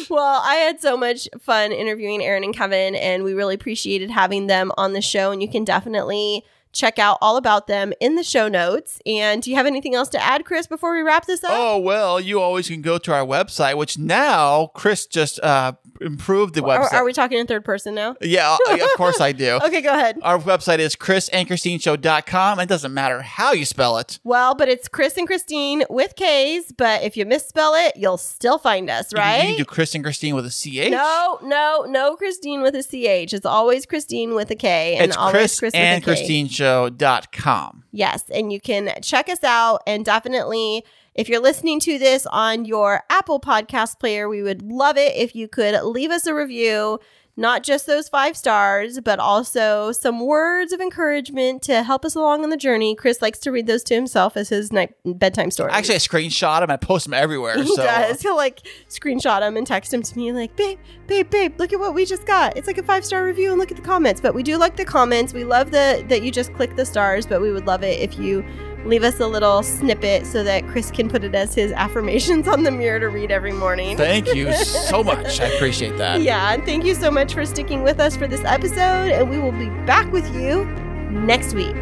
B: well, I had so much fun interviewing Aaron and Kevin, and we really appreciated having them on the show. And you can definitely check out all about them in the show notes. And do you have anything else to add, Chris, before we wrap this up?
A: Oh well, you always can go to our website, which now Chris just uh, improved the
B: Or
A: website.
B: are we talking in third person now?
A: yeah, uh, yeah, of course I do.
B: Okay, go ahead.
A: Our website is chrisankersteinshow.com. It doesn't matter how you spell it.
B: Well, but it's Chris and Christine with K's, but if you misspell it, you'll still find us,
A: You- You
B: right?
A: can do Chris and Christine with a CH.
B: No, no, no, Christine with a CH. It's always Christine with a K and
A: it's
B: always
A: Chris,
B: Chris with
A: and
B: a K.
A: Christine Show.com.
B: Yes, and you can check us out and definitely if you're listening to this on your Apple podcast player, we would love it if you could leave us a review, not just those 5 stars, but also some words of encouragement to help us along on the journey. Chris likes to read those to himself as his night bedtime story.
A: Actually, I screenshot them. I post them everywhere.
B: he
A: so, uh,
B: does. He'll like screenshot him and text him to me, like, babe, babe, babe, look at what we just got. It's like a five star review and look at the comments. But we do like the comments. We love the that you just click the stars, but we would love it if you leave us a little snippet so that Chris can put it as his affirmations on the mirror to read every morning.
A: thank you so much. I appreciate that.
B: yeah, and thank you so much for sticking with us for this episode, and we will be back with you next week.